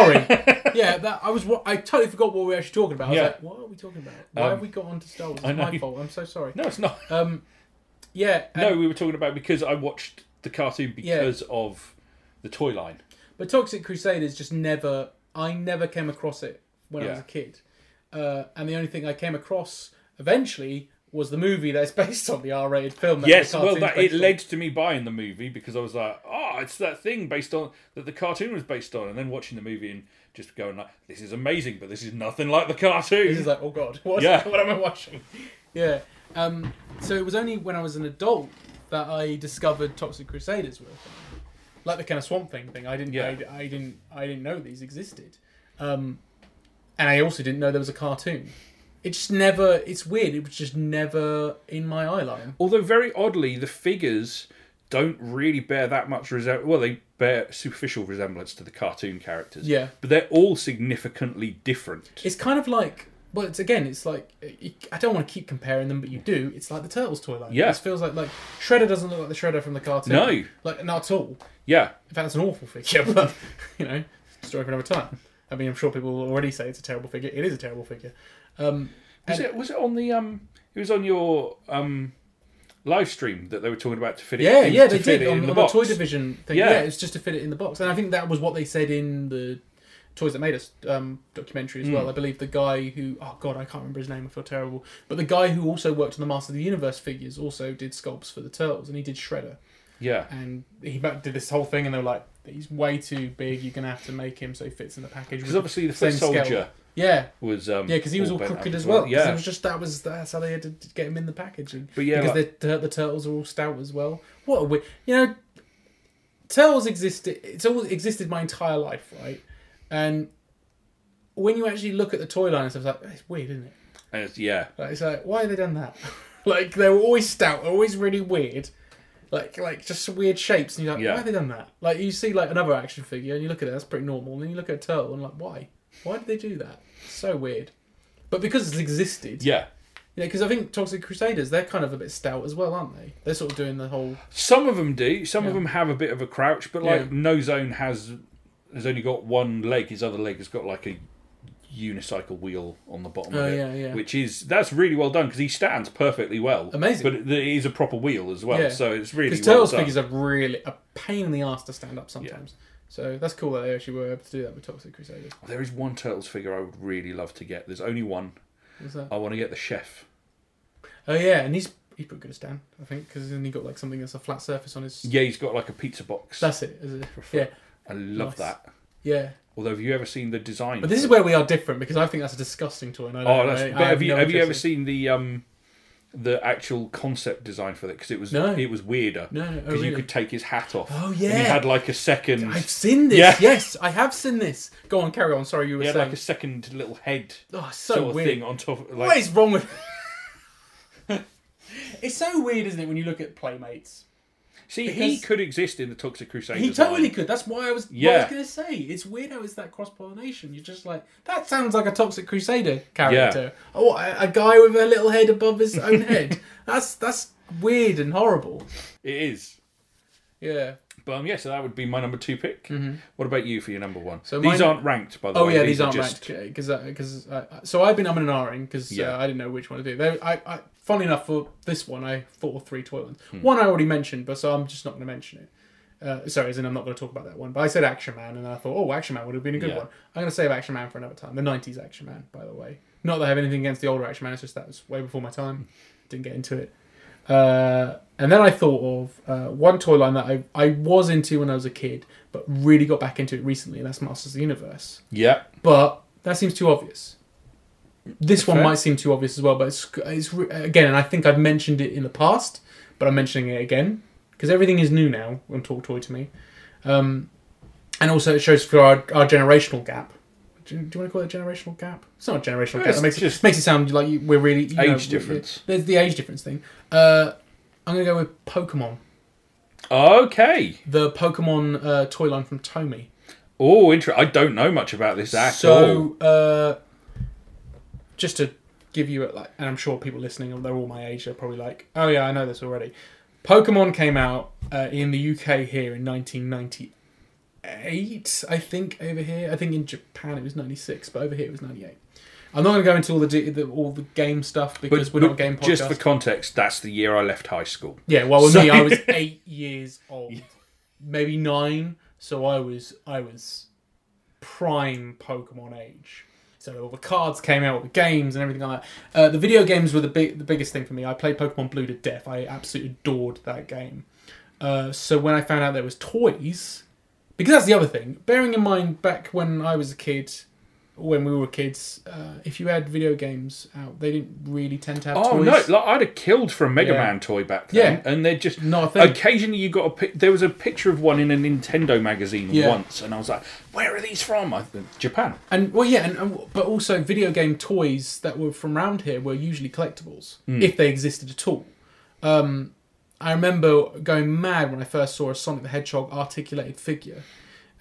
yeah. That I was. wa- I totally forgot what we were actually talking about. I was
Yeah.
like, what are we talking about? Why
Um,
have we got onto Star Wars? It's
I know.
my fault. I'm so sorry.
No, it's not.
Um. Yeah. and-
No, we were talking about because I watched the cartoon
Yeah.
because of the toy line.
But Toxic Crusaders just never. I never came across it when I was
Yeah.
a kid, uh, and the only thing I came across eventually was the movie that's based on the R-rated film. that
yes,
the
well,
cartoon's
that it
based on.
led to me buying the movie because I was like, oh, it's that thing based on that the cartoon was based on, and then watching the movie and just going like, this is amazing, but this is nothing like the cartoon.
This is like, oh god, what,
Yeah.
what am I watching? Yeah. Um, so it was only when I was an adult that I discovered Toxic Crusaders were a thing. like the kind of Swamp Thing thing. I didn't,
Yeah.
I, I didn't, I didn't know these existed, um, and I also didn't know there was a cartoon. It just never. It's weird. It was just never in my eye line.
Although very oddly, the figures don't really bear that much resemblance. Well, they bear superficial resemblance to the cartoon characters.
Yeah.
but they're all significantly different.
It's kind of like. Well, it's again. It's like I don't want to keep comparing them, but you do. It's like the Turtles toy line.
Yeah.
It feels like like Shredder doesn't look like the Shredder from the cartoon.
No.
like not at all.
Yeah,
In fact, it's an awful figure, but you know, story for another time. I mean, I'm sure people will already say it's a terrible figure. It is a terrible figure. Um,
was
And-
it was it on the um? It was on your um. Live stream that they were talking about to fit it.
yeah,
things
yeah,
to
they
fit
did
it in
on,
the
on the
box.
toy division thing.
Yeah.
Yeah. it's just to fit it in the box, and I think that was what they said in the Toys That Made Us um, documentary
Hmm.
as well. I believe the guy who, oh god, I can't remember his name. I feel terrible. But the guy who also worked on the Master of the Universe figures also did sculpts for the Turtles, and he did Shredder.
Yeah,
And he about- did this whole thing, and they were like, he's way too big. You're gonna have to make him so he fits in the package.
because
with
obviously the
same
first
scale.
soldier
Yeah,
was um,
Yeah, because he was all,
bent
crooked
up
as well. 'cause
Yeah,
it was just that was that's how they had to d- get him in the packaging.
But yeah,
because the, the turtles are all stout as well. What a we- you know, turtles existed. It's always existed my entire life, right? And when you actually look at the toy line and stuff, it's like it's weird, isn't it?
and it's- yeah,
Like, it's like why have they done that? like they were always stout, they're always really weird. Like, like just weird shapes, and you're like,
Yeah.
why have they done that? Like, you see like another action figure, and you look at it, that's pretty normal, and then you look at a turtle, and like, why? Why did they do that? So weird. But because it's existed,
yeah.
Yeah, because I think Toxic Crusaders, they're kind of a bit stout as well, aren't they? They're sort of doing the whole.
Some of them do. Some of
Yeah.
them have a bit of a crouch, but like
Yeah.
No Zone has has only got one leg. His other leg has got like a unicycle wheel on the bottom
Oh,
of it,
yeah, yeah.
which is that's really well done because he stands perfectly well.
Amazing.
but it it is a proper wheel as well,
Yeah.
so it's really
Because
well
Turtles
done.
figures are really a pain in the ass to stand up sometimes. So that's cool that they actually were able to do that with Toxic Crusaders.
There is one Turtles figure I would really love to get. There's only one.
What's that?
I want to get the chef.
Oh, yeah, and he's he's pretty good at stand, I think, because then he got like something that's a flat surface on his.
Yeah, he's got like a pizza box.
That's it, is it?
For-
Yeah,
I love
nice.
that.
yeah.
Although, have you ever seen the design?
But this is
for-
where we are different because I think that's a disgusting toy. And I don't,
Oh, that's,
I,
but
I
have you
no
have you ever
interest
seen the um the actual concept design for that? Because it was
No.
it was weirder.
in- No, no, oh,
Because you
really?
could take his hat off.
Oh,
And
yeah.
he had like a second.
I've seen this.
Yeah.
Yes, I have seen this. Go on, carry on. Sorry, you were
he had
saying.
like a second little head
Oh, it's so
sort of
weird.
thing on top. Of, like,
What is wrong with? it's so weird, isn't it, when you look at Playmates?
see, he
because-
could exist in the Toxic Crusade.
He
design.
totally could. That's why I was. What I
Yeah.
was gonna say. It's weird how it's that cross pollination. You're just like that sounds like a toxic crusader character. Oh, a, a guy with a little head above his own head. That's that's weird and horrible.
It is.
Yeah.
But um, yeah, so that would be my number two pick. What about you for your number one?
Mm-hmm. So
these
mine-
aren't ranked, by the
Oh
way.
yeah, these, aren't
are
ranked because because uh, so I've been umming and ahhing because
Yeah.
uh, I didn't know which one to do. They, I, I funny enough for this one I thought of three toy ones.
Hmm.
One I already mentioned, but so I'm just not going to mention it. Uh, sorry, as in I'm not going to talk about that one. But I said Action Man, and I thought, oh, Action Man would have been a good
Yeah.
one. I'm going to save Action Man for another time. The '90s Action Man, by the way. Not that I have anything against the older Action Man. It's just that was way before my
Hmm.
time. Didn't get into it. Uh, and then I thought of uh, one toy line that I, I was into when I was a kid, but really got back into it recently, and that's Masters of the Universe
Yeah.
but that seems too obvious. This one
Fair.
might seem too obvious as well, but it's, it's re- again, and I think I've mentioned it in the past, but I'm mentioning it again because everything is new now on Talk Toy to me, um, and also it shows for our, our generational gap. Do you, do you want to call it a generational gap? It's not a generational gap.
It's
It makes,
just-
it, makes it sound like you, we're really you know,
Age
we-
difference.
There's the age difference thing. Uh, I'm gonna go with Pokemon,
Okay.
the Pokemon uh, toy line from Tomy.
Oh, interesting. I don't know much about this at all.
so uh, just to give you a, like and i'm sure people listening they're all my age they're probably like oh yeah i know this already pokemon came out uh, in the uk here in 1998 i think over here i think in japan it was 96 but over here it was 98 i'm not going to go into all the, de- the all the game stuff because we're not a game podcast
Just for context, that's the year I left high school.
yeah, well, with
So-
me, I was eight years old, maybe nine. So I was, I was prime Pokemon age. So all the cards came out, all the games and everything like that. Uh, the video games were the big, the biggest thing for me. I played Pokemon Blue to death. I absolutely adored that game. Uh, so when I found out there was toys, because that's the other thing. Bearing in mind, back when I was a kid, when we were kids, uh, if you had video games out, they didn't really tend to have
Oh
toys.
no! Like, I'd have killed for a Mega
Yeah.
Man toy back then,
Yeah.
and they're just
Not a thing.
Occasionally, you got a pic- there was a picture of one in a Nintendo magazine
Yeah.
once, and I was like, "Where are these from?" I think Japan.
And well, yeah, and, and but also video game toys that were from around here were usually collectibles if they existed at all. Um, I remember going mad when I first saw a Sonic the Hedgehog articulated figure,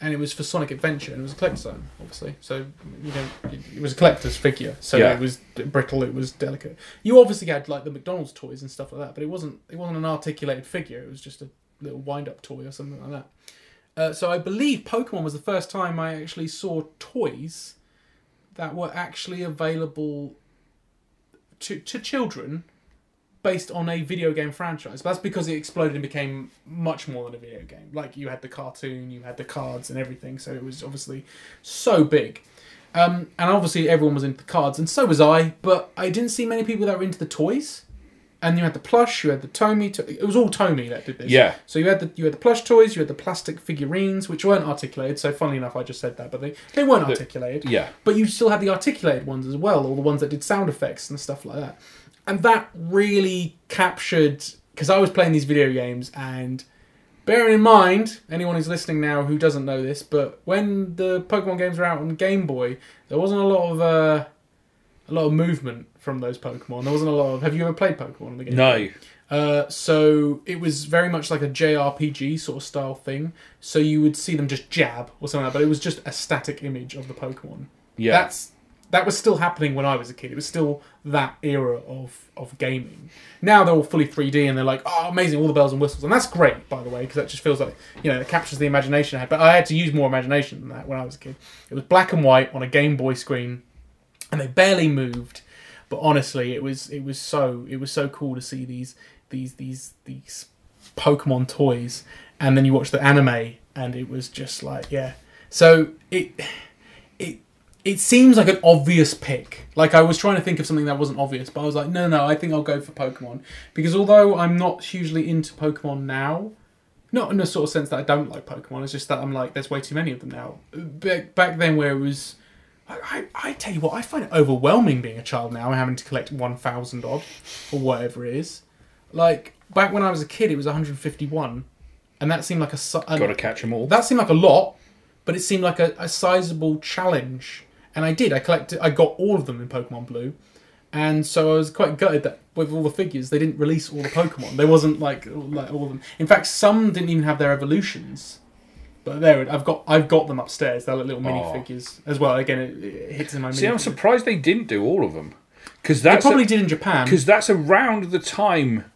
and it was for Sonic Adventure, and it was a collector's item, obviously. So you know, it, it was a collector's figure, so
Yeah.
it was brittle, it was delicate. You obviously had like the McDonald's toys and stuff like that, but it wasn't it wasn't an articulated figure. It was just a little wind up toy or something like that. Uh, so I believe Pokemon was the first time I actually saw toys that were actually available to to children based on a video game franchise. But that's because it exploded and became much more than a video game. Like you had the cartoon, you had the cards and everything, so it was obviously so big. Um, and obviously everyone was into the cards, and so was I. But I didn't see many people that were into the toys. And you had the plush, you had the Tomy. To- it was all Tomy that did this.
Yeah.
So you had the you had the plush toys, you had the plastic figurines, which weren't articulated. So funnily enough, I just said that, but they, they weren't articulated.
Yeah,
But you still had the articulated ones as well, or the ones that did sound effects and stuff like that. And that really captured because I was playing these video games and bearing in mind anyone who's listening now who doesn't know this, but when the Pokemon games were out on Game Boy, there wasn't a lot of uh, a lot of movement from those Pokemon. There wasn't a lot of. Have you ever played Pokemon on the game?
no,
Uh, so it was very much like a JRPG sort of style thing. So you would see them just jab or something like that, but it was just a static image of the Pokemon.
yeah,
That's that was still happening when I was a kid. It was still that era of of gaming. Now they're all fully 3D and they're like, oh, amazing, all the bells and whistles, and that's great, by the way, because that just feels like you know it captures the imagination I had. But I had to use more imagination than that when I was a kid. It was black and white on a Game Boy screen, and they barely moved. But honestly, it was it was so it was so cool to see these these these these Pokemon toys, and then you watch the anime, and it was just like yeah. So it it it seems like an obvious pick. Like I was trying to think of something that wasn't obvious, but I was like, no, no, I think I'll go for Pokemon because although I'm not hugely into Pokemon now, not in a sort of sense that I don't like Pokemon. It's just that I'm like, there's way too many of them now. Back back then, where it was, I, I, I tell you what, I find it overwhelming being a child now and having to collect one thousand odd or whatever it is. Like back when I was a kid, it was 151, and that seemed like a su-
Got to catch them all.
that seemed like a lot, but it seemed like a, a sizable challenge. And I did. I collected. I got all of them in Pokemon Blue, and so I was quite gutted that with all the figures they didn't release all the Pokemon. There wasn't like all- like all of them. In fact, some didn't even have their evolutions. But there, it- I've got I've got them upstairs. They're like little mini figures as well. Again, it, it hits in my.
See, I'm surprised they didn't do all of them because that's
probably did in Japan.
because that's around the time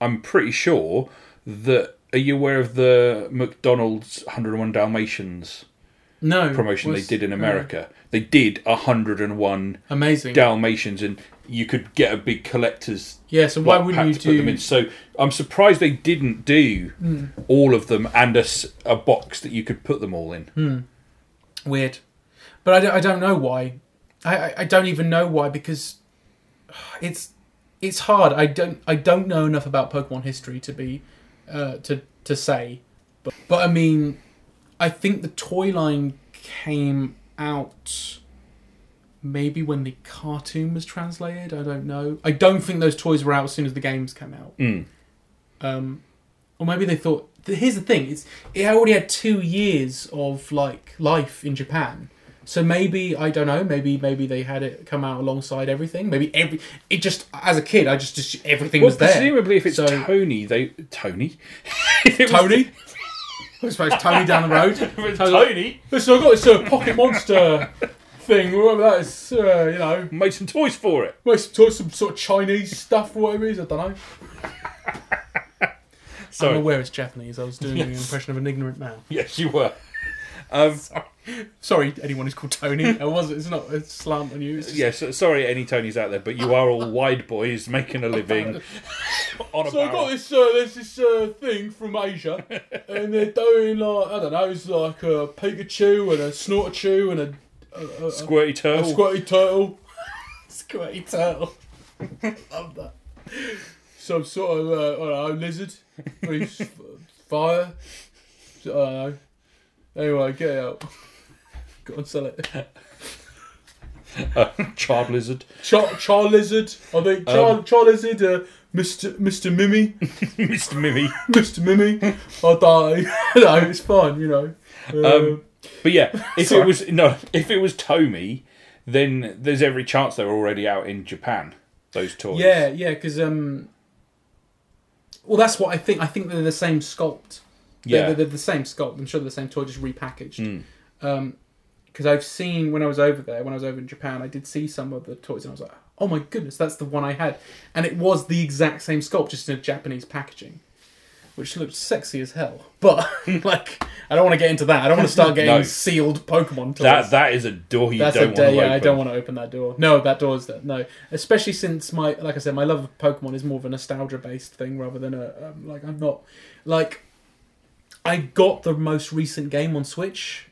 I'm pretty sure that are you aware of the McDonald's 101 Dalmatians
No
promotion
was- uh,
they did in
no.
America? They did 101
Amazing.
Dalmatians, and you could get a big collector's
yeah. So why
like, pack
wouldn't
to put them
you do? Hmm.
in. So I'm surprised they didn't do all of them and a, s- a box that you could put them all in.
Hmm, weird but i don't, I don't know why I, I, I don't even know why because it's it's hard i don't i don't know enough about pokemon history to be uh, to to say but, but i mean i think the toy line came out maybe when the cartoon was translated i don't know i don't think those toys were out as soon as the games came out
Mm.
um, or maybe they thought. th- Here's the thing: it's it already had two years of like life in Japan, so maybe I don't know. Maybe maybe they had it come out alongside everything. Maybe every it just as a kid, I just just everything
Well,
was there.
presumably, if it's
So-
Tony, they Tony, If it was
Tony. I suppose Tony down the road. Tony's like,
Tony,
Listen, I got this uh, pocket monster thing. Whatever that is, uh, you know,
made some toys for it.
well, it's sort of some sort of Chinese stuff or whatever it is. I don't know. I'm
So
aware it's Japanese. I was doing an impression of an ignorant man.
yes, you were. Um,
Sorry, anyone who's called Tony. It was. It's not a slant on you. It's just,
yeah, so, sorry, any Tonys out there, but you are all wide boys making a living on a
So I got
barrel.
this. Uh, there's this uh, thing from Asia, and they're doing like I don't know. It's like a Pikachu and a Snortchu and a, a, a, a,
Squirty
a
turtle.
Squirty Turtle. squirty Turtle. Love that. Some sort of uh, I don't know lizard. Breathes f- fire. I don't know. Anyway, get it out. Go and sell it.
Char blizzard.
Char, Char Lizard. I think Char, Char Lizard, uh, Mr. Mr. Mimi.
Mr. Mimi.
Mr. Mimi. I'll die. no, it's fine, you know. Uh,
Um, But yeah, if
Sorry.
it was no, if it was Tomy, then there's every chance they were already out in Japan. Those toys.
yeah, yeah, because, um, well, that's what I think. I think they're the same sculpt. They're-
Yeah. Hmm.
They're, they're the same sculpt. I'm sure they're the same toy, just repackaged. Because I've seen, when I was over there, when I was over in Japan, I did see some of the toys and I was like, oh my goodness, that's the one I had. And it was the exact same sculpt, just in a Japanese packaging. Which looked sexy as hell, but like I don't want to get into that. I don't want to start getting
No.
sealed Pokemon. Toys.
That that is a door you
That's
don't
a
want
day.
to open.
Yeah, I don't want to open that door. No, that door's there. No, especially since my, like I said, my love of Pokemon is more of a nostalgia-based thing rather than a um, like. I'm not like. I got the most recent game on Switch.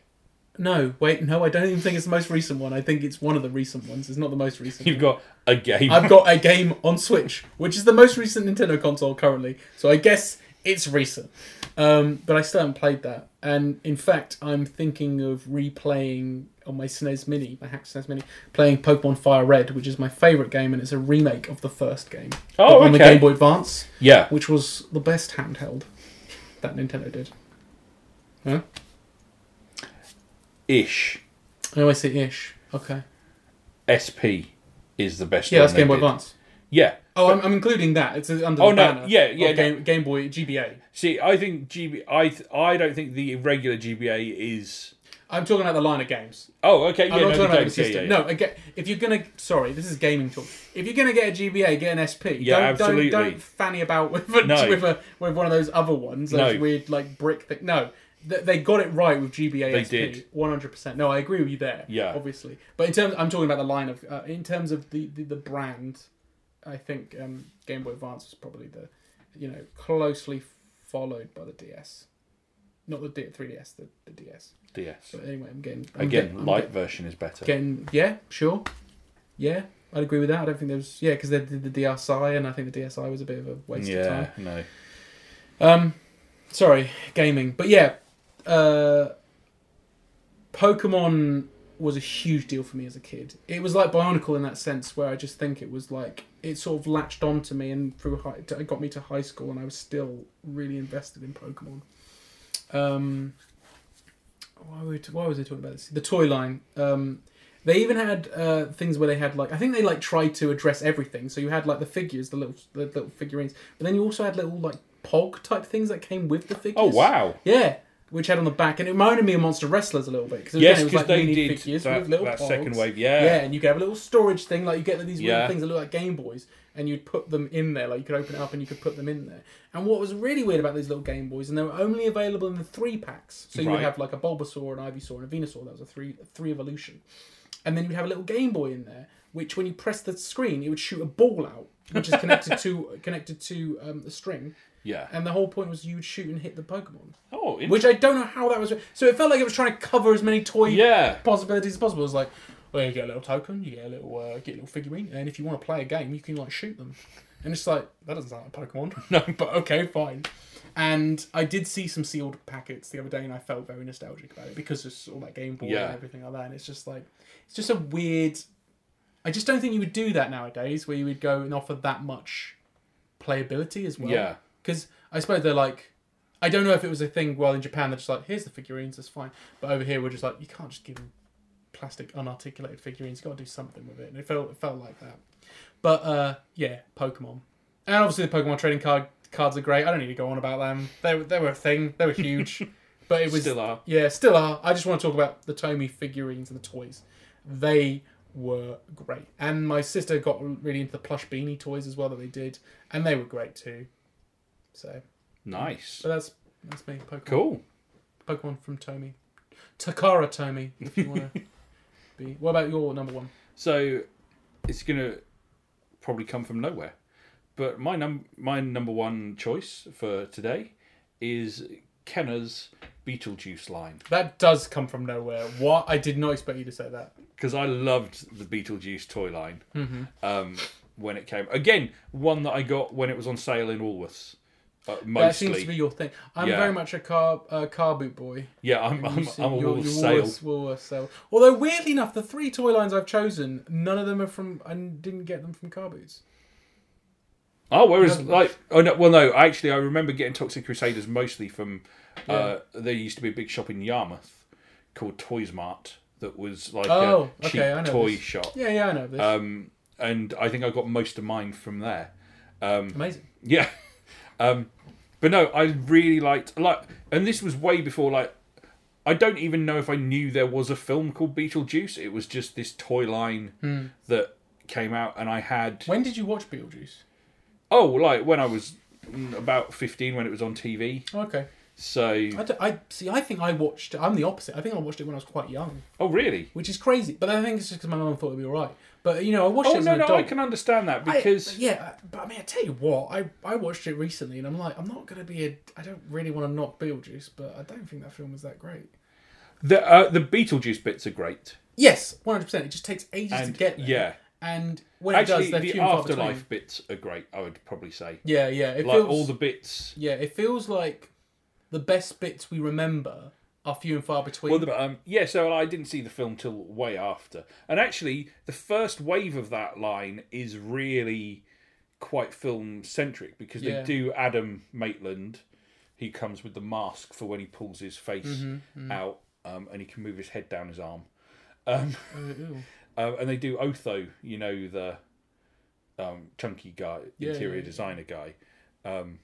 No, wait, no, I don't even think it's the most recent one. I think it's one of the recent ones. It's not the most recent.
You've got a game.
I've got a game on Switch, which is the most recent Nintendo console currently, so I guess it's recent. Um, but I still haven't played that, and in fact, I'm thinking of replaying on my SNES Mini, my hack SNES E Mini, playing Pokemon Fire Red, which is my favourite game, and it's a remake of the first game
Oh,
on the
okay.
Game Boy Advance,
yeah.
which was the best handheld that Nintendo did. Huh?
Ish.
Oh, I see. Ish. Okay.
SP is the best.
Yeah,
one
that's
they
Game Boy
did.
Advance.
Yeah.
Oh, I'm, I'm including that. It's under
Oh,
the
no,
banner.
yeah, yeah,
of
no.
Game, Game Boy GBA.
See, I think GB. I th- I don't think the regular GBA is
I'm talking about the line of games.
Oh, okay. Yeah,
I'm
no,
not
the
talking about the
games, yeah,
system.
yeah,
No, again, if you're gonna, sorry, this is gaming talk. If you're gonna get a GBA, get an SP.
Yeah,
don't,
absolutely.
Don't, don't fanny about with a,
No.
with a with one of those other ones, those
No.
weird like brick thing. No, Th- they got it right with GBA.
They
SP,
did.
100. percent No, I agree with you there.
Yeah.
obviously. But in terms, I'm talking about the line of, uh, in terms of the the, the brand, I think um, Game Boy Advance was probably the, you know, closely followed by the DS. Not the D- 3DS, the, the DS.
yeah. DS.
But anyway, I'm getting I'm
Again,
getting- I'm
light version is better.
Getting yeah, sure, yeah, I'd agree with that. I don't think there was yeah because they did the DSi and I think the DSi was a bit of a waste of
yeah,
time.
no.
Um, sorry, gaming, but yeah, uh, Pokemon was a huge deal for me as a kid. It was like Bionicle in that sense, where I just think it was like it sort of latched onto me and through high, it got me to high school, and I was still really invested in Pokemon. Um, why were we t- why was I talking about this? The toy line. Um, they even had uh, things where they had like I think they like tried to address everything. So you had like the figures, the little the little figurines, but then you also had little like pog type things that came with the figures.
Oh wow.
Yeah, which had on the back, and it reminded me of Monster Wrestlers a little bit because
Yes,
it was
because
like
they
mini
did
figures
that,
with little
that
pogs.
second wave.
Yeah.
Yeah.
and you could have a little storage thing, like you get these weird
Yeah.
things that look like Game Boys, and you'd put them in there, like you could open it up and you could put them in there. And what was really weird about these little Game Boys, and they were only available in the three packs, so you would
Right.
have like a Bulbasaur, an Ivysaur, and a Venusaur. That was a three three evolution, and then you'd have a little Game Boy in there, which when you press the screen, it would shoot a ball out, which is connected to connected to um, a string.
Yeah.
And the whole point was you'd shoot and hit the Pokemon
Oh, in-
Uh, which I don't know how that was. So it felt like it was trying to cover as many toy
yeah.
possibilities as possible. It was like, well, you get a little token, you get a little, uh, get a little figurine, and if you want to play a game, you can like shoot them. And it's like that doesn't sound like Pokemon. No, but okay, fine. And I did see some sealed packets the other day, and I felt very nostalgic about it because it's all that Game Boy
Yeah.
and everything like that. And it's just like it's just a weird. I just don't think you would do that nowadays, where you would go and offer that much playability as well.
Yeah.
Because I suppose they're like, I don't know if it was a thing. Well, in Japan, they're just like, here's the figurines, that's fine. But over here, we're just like, you can't just give them plastic unarticulated figurines. You got to do something with it. And it felt it felt like that. But uh, yeah, Pokemon, and obviously the Pokemon trading card cards are great. I don't need to go on about them. They were- they were a thing. They were huge. but it was
Still are.
yeah, still are. I just want to talk about the Tomy figurines and the toys. They were great. And my sister got really into the plush beanie toys as well that they did, and they were great too. So,
Nice.
so that's that's me. Pokemon.
Cool.
Pokemon from Tomy. Takara Tomy, if you want to be. What about your number one?
So it's gonna probably come from nowhere. But my num my number one choice for today is Kenner's Beetlejuice line
That does come from nowhere. What? I did not expect you to say that.
because I loved the Beetlejuice toy line
Mm-hmm.
um, when it came. Again, one that I got when it was on sale in Woolworths. Uh, mostly,
That seems to be your thing. I'm
Yeah.
very much a car uh, car boot boy.
yeah. I'm I'm,
See,
I'm a
your-
Woolworths
your
sale.
Woolworths- Woolworths sale. Although weirdly enough, the three toy lines I've chosen, none of them are from. I didn't get them from car boots.
Oh, whereas
Haven't
like oh no, well no, actually I remember getting Toxic Crusaders mostly from uh, there used to be a big shop in Yarmouth called Toys Mart that was like
Oh,
a
okay,
cheap
I know
toy
this.
shop,
Yeah, yeah, I know this.
um, and I think I got most of mine from there.
Amazing.
Yeah. Um, but no, I really liked like, and this was way before like, I don't even know if I knew there was a film called Beetlejuice. It was just this toy line that came out, and I had
Hmm. When did you watch Beetlejuice?
oh like when I was mm, about fifteen when it was on TV.
Oh, okay.
So
I, don't- I see. I think I watched. I'm the opposite. I think I watched it when I was quite young,
oh really?
which is crazy. But I think it's just because my mum thought it'd be alright. But you know, I watched it
Oh
as
no
an
no,
adult.
I can understand that
I-
because
yeah, I- but I mean, I tell you what, I, I watched it recently, and I'm like, I'm not gonna be a. I don't really want to knock Beetlejuice, but I don't think that film was that great.
the uh, the Beetlejuice bits are great.
Yes, 100. percent It just takes ages
And-
to get there.
yeah.
and when
Actually,
it does, they're
the
few and far between.
afterlife bits are great. I would probably say
Yeah, yeah. It
like
feels,
all the bits.
yeah, it feels like the best bits we remember are few and far between.
Well, the, um, yeah, so I didn't see the film till way after. And actually, the first wave of that line is really quite film centric because
Yeah.
they do Adam Maitland. He comes with the mask for when he pulls his face out um, and he can move his head down his arm.
Ooh,
Um, and they do Otho, you know, the um, chunky guy,
Yeah,
interior
yeah, yeah.
designer guy. Um,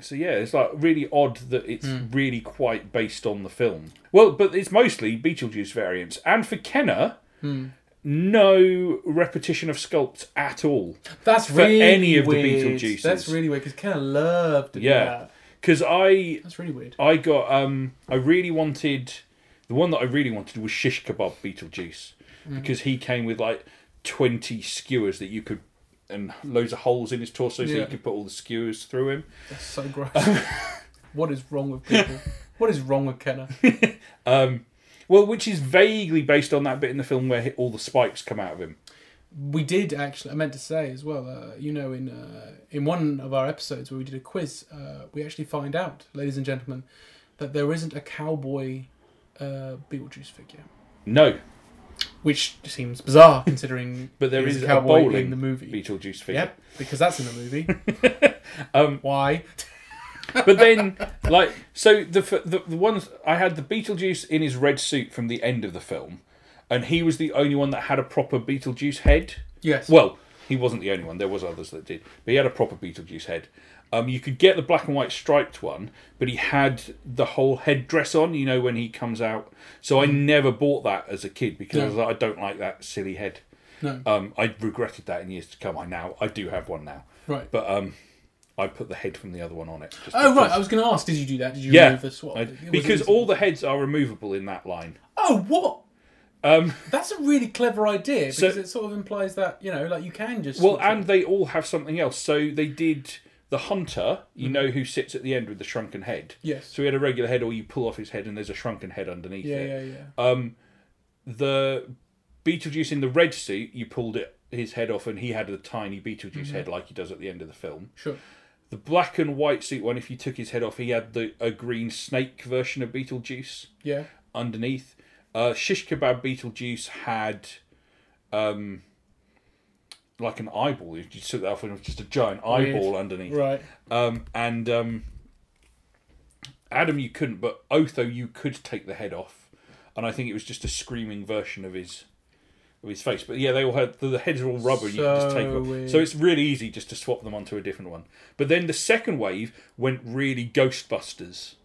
So yeah, it's like really odd that it's
Hmm.
really quite based on the film. Well, but it's mostly Beetlejuice variants, and for Kenner,
Hmm.
no repetition of sculpts at all.
That's
For
really
any of the
weird.
Beetlejuices.
That's really weird because Ken loved to do
Yeah,
that.
because I
That's really weird.
I got um I really wanted the one that I really wanted was shish kebab Beetlejuice
Mm.
because he came with like twenty skewers that you could and loads of holes in his torso so
Yeah.
you could put all the skewers through him.
That's so gross. what is wrong with people? What is wrong with Kenner?
Well, which is vaguely based on that bit in the film where he- all the spikes come out of him.
We did actually. I meant to say as well. Uh, you know, in uh, in one of our episodes where we did a quiz, uh, we actually find out, ladies and gentlemen, that there isn't a cowboy uh, Beetlejuice figure,
No,
which seems bizarre considering.
But there
he's
is a
cowboy
bowling
in the movie.
Beetlejuice figure.
Yep, because that's in the movie.
Um,
Why?
But then, like, so the, f- the the ones I had the Beetlejuice in his red suit from the end of the film, and he was the only one that had a proper Beetlejuice head.
Yes.
Well, he wasn't the only one. There was others that did, but he had a proper Beetlejuice head. Um, you could get the black and white striped one, but he had the whole headdress on. You know when he comes out. So I
Mm.
never bought that as a kid because I was like, I don't like that silly head.
No.
Um, I regretted that in years to come. I now I do have one now,
right.
but um, I put the head from the other one on it. just
Oh right,
because-
I was going to ask. Did you do that? Did you
yeah,
remove the swap?
I-
It was
because
easy.
all the heads are removable in that line.
oh what? Um, that's a really clever idea because it sort of implies that you know, like you can just
Well,
switch it.
and they all have something else. So they did the hunter, you
Mm-hmm.
know, who sits at the end with the shrunken head.
Yes.
So he had a regular head, or you pull off his head, and there's a shrunken head underneath
yeah,
it. Uh,
yeah, yeah.
The Beetlejuice in the red suit, you pulled it his head off, and he had a tiny Beetlejuice
Mm-hmm.
head like he does at the end of the film.
sure.
The black and white suit one, if you took his head off, he had the a green snake version of Beetlejuice.
Yeah.
underneath. Uh, shish kebab Beetlejuice had, um, like an eyeball. You just took that off, and it was just a giant eyeball underneath.
Right.
Um, and um, Adam, you couldn't, but Otho, you could take the head off, and I think it was just a screaming version of his. Of his face, but yeah, they all had the, the heads are all rubber. and you can just take
So
off.
weird.
so it's really easy just to swap them onto a different one. But then the second wave went really Ghostbusters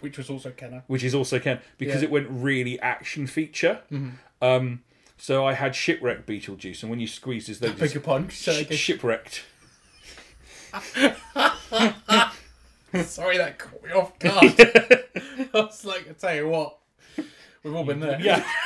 Which was also Kenner.
which is also Ken because
Yeah. Mm-hmm.
it went really action feature. Um, so I had shipwrecked Beetlejuice, and when you squeeze his they
Beg
just
your pardon. So I
sh-
guess-
shipwrecked.
sorry, that caught me off guard. I was like, I tell you what, we've all been there.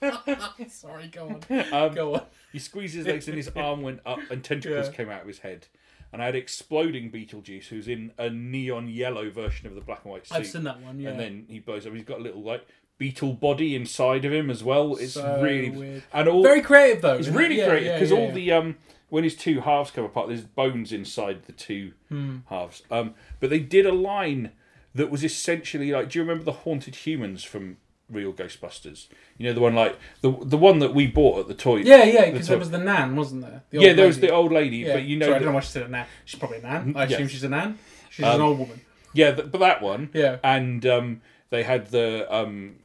Yeah,
Sorry, go on.
Um,
go on.
he squeezed his legs, and his arm went up, and tentacles
Yeah.
came out of his head. And I had exploding Beetlejuice, who's in a neon yellow version of the black and white suit.
I've seen that one. Yeah.
And then he blows up. He's got a little like beetle body inside of him as well. It's
So
really
weird.
and all
Very creative though.
It's really great because all the um when his two halves come apart, there's bones inside the two
Hmm.
halves. Um, but they did a line that was essentially like, do you remember the haunted humans from Real Ghostbusters? You know the one like the the one that we bought at the toy.
Yeah, yeah, because
the
there
toy-
was the nan, wasn't there? The
yeah.
old
There was
lady.
the old lady,
Yeah.
but you know,
Sorry, I
that-
don't know why she said a nan. She's probably a nan. I assume
yes. Um,
she's a nan. She's an old woman.
yeah, th- but that one.
Yeah.
And um, they had the um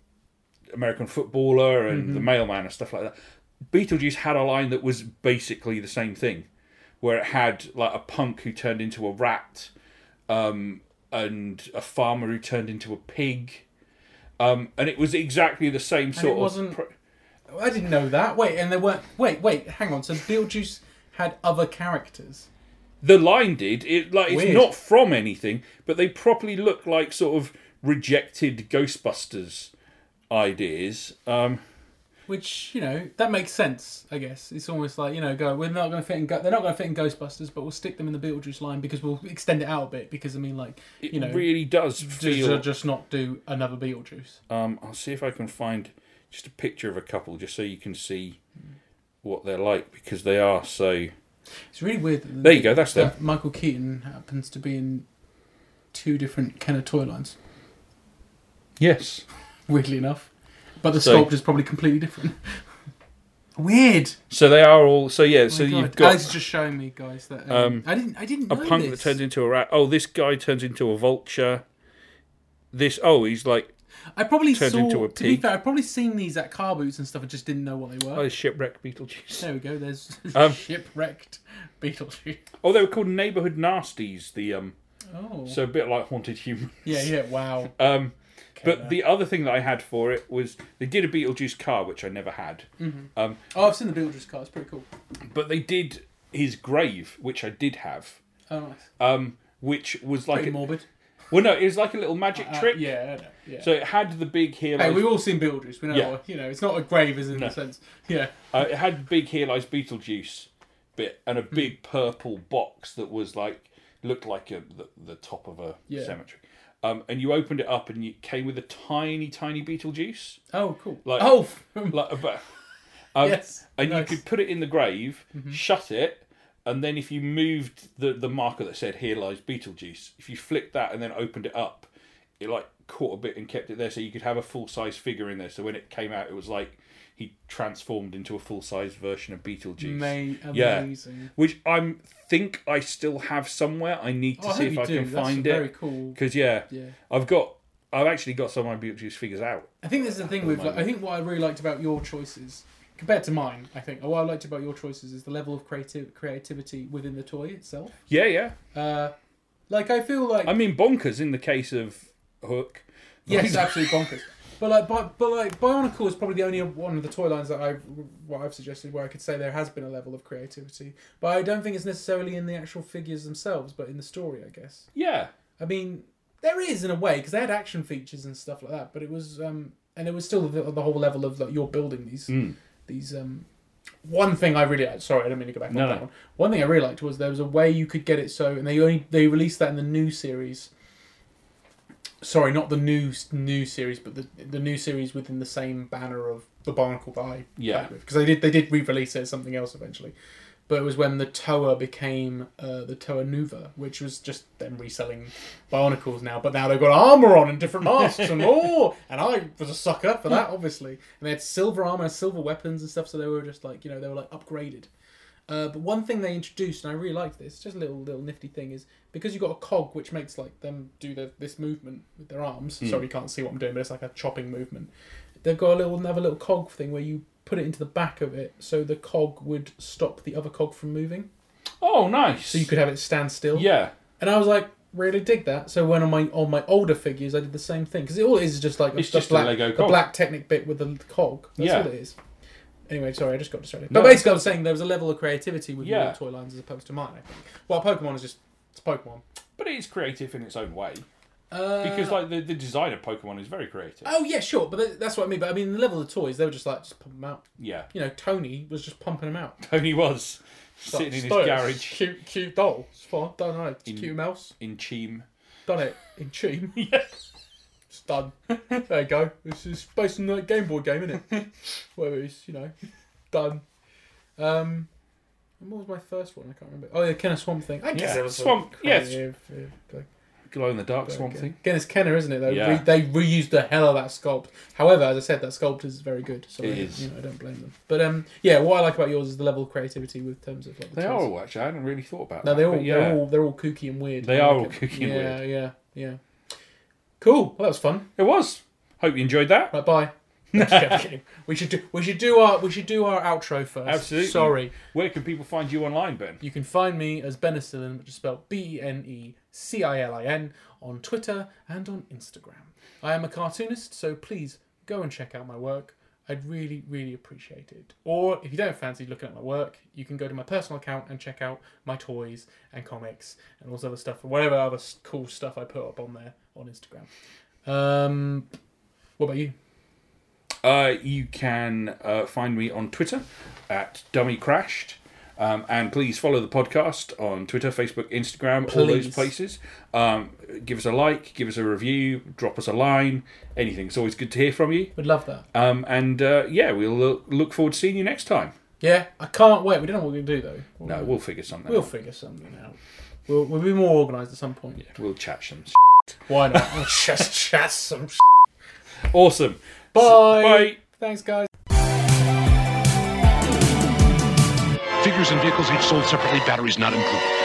American footballer and
Mm-hmm.
the mailman and stuff like that. Beetlejuice had a line that was basically the same thing, where it had like a punk who turned into a rat, um, and a farmer who turned into a pig, um, and it was exactly the same sort of.
wasn't-
pro-
I didn't know that. Wait, and there weren't. Wait, wait, hang on. So Beetlejuice had other characters.
the line did it like it's
Weird.
not from anything, but they properly look like sort of rejected Ghostbusters ideas. Um,
Which you know that makes sense, I guess. It's almost like you know, go. We're not going to fit in. Go- they're not going to fit in Ghostbusters, but we'll stick them in the Beetlejuice line because we'll extend it out a bit. Because I mean, like
it
you know,
really does
just,
feel
just not do another Beetlejuice.
Um, I'll see if I can find just a picture of a couple, just so you can see what they're like because they are so.
It's really weird. That
There you go. That's them.
that Michael Keaton happens to be in two different Kenner toy lines.
Yes.
Weirdly enough, but the
So-
sculpt is probably completely different. Weird.
So they are all. So yeah. so
Oh my God.
you've got
Alex is just showing me guys that um, I didn't I didn't
a
know
punk
this.
that turns into a rat. Oh, this guy turns into a vulture. This. Oh, he's like
I probably
Turned
saw.
into a
To be
pig.
fair, I've probably seen these at car boots and stuff. I just didn't know what they were.
Oh, shipwreck Beetlejuice.
There we go. There's
Um,
shipwrecked Beetlejuice.
Oh, they were called neighborhood nasties. The um,
Oh.
so a bit like haunted human.
yeah. Yeah. Wow.
Um, but
there.
the other thing that I had for it was they did a Beetlejuice car, which I never had. Um,
Oh, I've seen the Beetlejuice car. It's pretty cool.
but they did his grave, which I did have.
Oh, nice.
Um, which was like
Pretty
a,
morbid.
well, no, it was like a little magic
Uh,
trick.
yeah. I know, yeah.
So it had the big here
Hey,
lies,
we've all seen Beetlejuice. We know,
Yeah.
you know, it's not a grave, as in
No.
the sense. Yeah.
uh, it had big here lies Beetlejuice bit and a
Hmm.
big purple box that was like looked like a, the, the top of a
Yeah.
cemetery. Um, and you opened it up and you came with a tiny, tiny Beetlejuice,
Oh, cool.
Like-
oh,
like about, um,
yes.
and
Nice. Mm-hmm.
you could put it in the grave, shut it, and then if you moved the the marker that said "Here lies Beetlejuice," if you flicked that and then opened it up, it like caught a bit and kept it there, so you could have a full size figure in there. So when it came out, it was like he transformed into a full size version of Beetlejuice,
Ma-
Yeah.
amazing.
which I think I still have somewhere. I need to
Oh, I
see
hope
if
you
I
do.
can
That's
find
very
it
cool.
because yeah,
Yeah.
I've got I've actually got some of my Beetlejuice figures out.
I think this is the thing with. Like, I think what I really liked about your choices compared to mine, I think, what I liked about your choices is the level of creative creativity within the toy itself.
Yeah, yeah.
Uh, like I feel like
I mean, bonkers in the case of Hook.
yes, absolutely bonkers. But like, but, but like, Bionicle is probably the only one of the toy lines that I've what I've suggested where I could say there has been a level of creativity. But I don't think it's necessarily in the actual figures themselves, but in the story, I guess.
Yeah.
I mean, there is in a way because they had action features and stuff like that, but it was um, and it was still the, the whole level of like you're building these
Mm.
these um. One thing I really uh, sorry I don't mean to go back
No,
on that
no.
one. One thing I really liked was there was a way you could get it so, and they only they released that in the new series. Sorry, not the new new series, but the the new series within the same banner of the Barnacle that I
Yeah.
because they did they did re-release it as something else eventually, but it was when the Toa became uh, the Toa Nuva, which was just them reselling Bionicles now. But now they've got armor on and different masks and oh, and I was a sucker for that obviously. And they had silver armor, silver weapons and stuff, so they were just like you know they were like upgraded. Uh, but one thing they introduced, and I really liked this, just a little little nifty thing, is because you've got a cog which makes like them do the, this movement with their arms. Sorry, you can't see what I'm doing, but it's like a chopping movement. They've got a little another little cog thing where you put it into the back of it, so the cog would stop the other cog from moving,
Oh, nice.
so you could have it stand still.
Yeah.
And I was like, really dig that. So when on my on my older figures, I did the same thing because it all it is is just like
It's
the
just a
black,
Lego
the
cog.
black Technic bit with the cog. That's
Yeah.
all it is. Anyway, sorry, I just got distracted.
No.
But basically, I was saying there was a level of creativity with
Yeah.
your toy lines as opposed to mine. I think. Well, Pokemon is just it's Pokemon.
But it is creative in its own way.
Uh,
Because, like, the, the design of Pokemon is very creative.
oh yeah, sure, but that- that's what I mean. But I mean the level of toys, they were just like just pump them out.
Yeah.
You know, Tony was just pumping them out.
Tony was
It's like,
sitting in his
"Stop it,
garage
Cute, cute doll. It's fine. Don't know. It's a cute mouse.
in Cheam.
Done it in tune. It's done. There you go. This is based on that Game Boy game, isn't it? Where it's, you know, done. Um, and what was my first one? I can't remember. Oh, the Kenner Swamp thing. I guess
Yeah,
it was a
Swamp- yes.
creative, uh, like,
Glow in the dark
but
swamp
again-
thing.
Again, it's Kenner, isn't it? Though
Yeah.
Re- they reused the hell out of that sculpt. However, as I said, that sculpt is very good. So
It
I,
is.
You know, I don't blame them. But um, yeah, what I like about yours is the level of creativity with terms of like the
They
toys.
are all, actually. I hadn't really thought about
No,
that.
they're all
but yeah.
they're all they're all kooky and weird.
They
I
are
like
all
it.
kooky and
yeah, Yeah, yeah, yeah. Cool. Well, that was fun.
It was. Hope you enjoyed that.
Right, bye. Just kidding. we should do we should do our we should do our outro first.
Absolutely.
Sorry.
Where can people find you online, Ben?
You can find me as Benicillin, which is spelled B E N E C I L I N, on Twitter and on Instagram. I am a cartoonist, so please go and check out my work. I'd really, really appreciate it. Or if you don't fancy looking at my work, you can go to my personal account and check out my toys and comics and all this other stuff, whatever other s- cool stuff I put up on there on Instagram. Um, what about you?
Uh, you can uh, find me on Twitter at Dummy Crashed. Um, and please follow the podcast on Twitter, Facebook, Instagram, all those
Please.
places. Um, give us a like, give us a review, drop us a line, anything. It's always good to hear from you.
We'd love that.
Um, and uh, yeah, we'll look- look forward to seeing you next time.
Yeah, I can't wait. We don't know what we're gonna do though.
No, we'll figure something
Mm. We'll
out.
figure something out. We'll, we'll be more organised at some point.
We'll chat some. s***.
Why not? We'll just chat some. s***.
Awesome.
Bye.
Bye.
Thanks, guys.
Figures and vehicles each sold separately, batteries not included.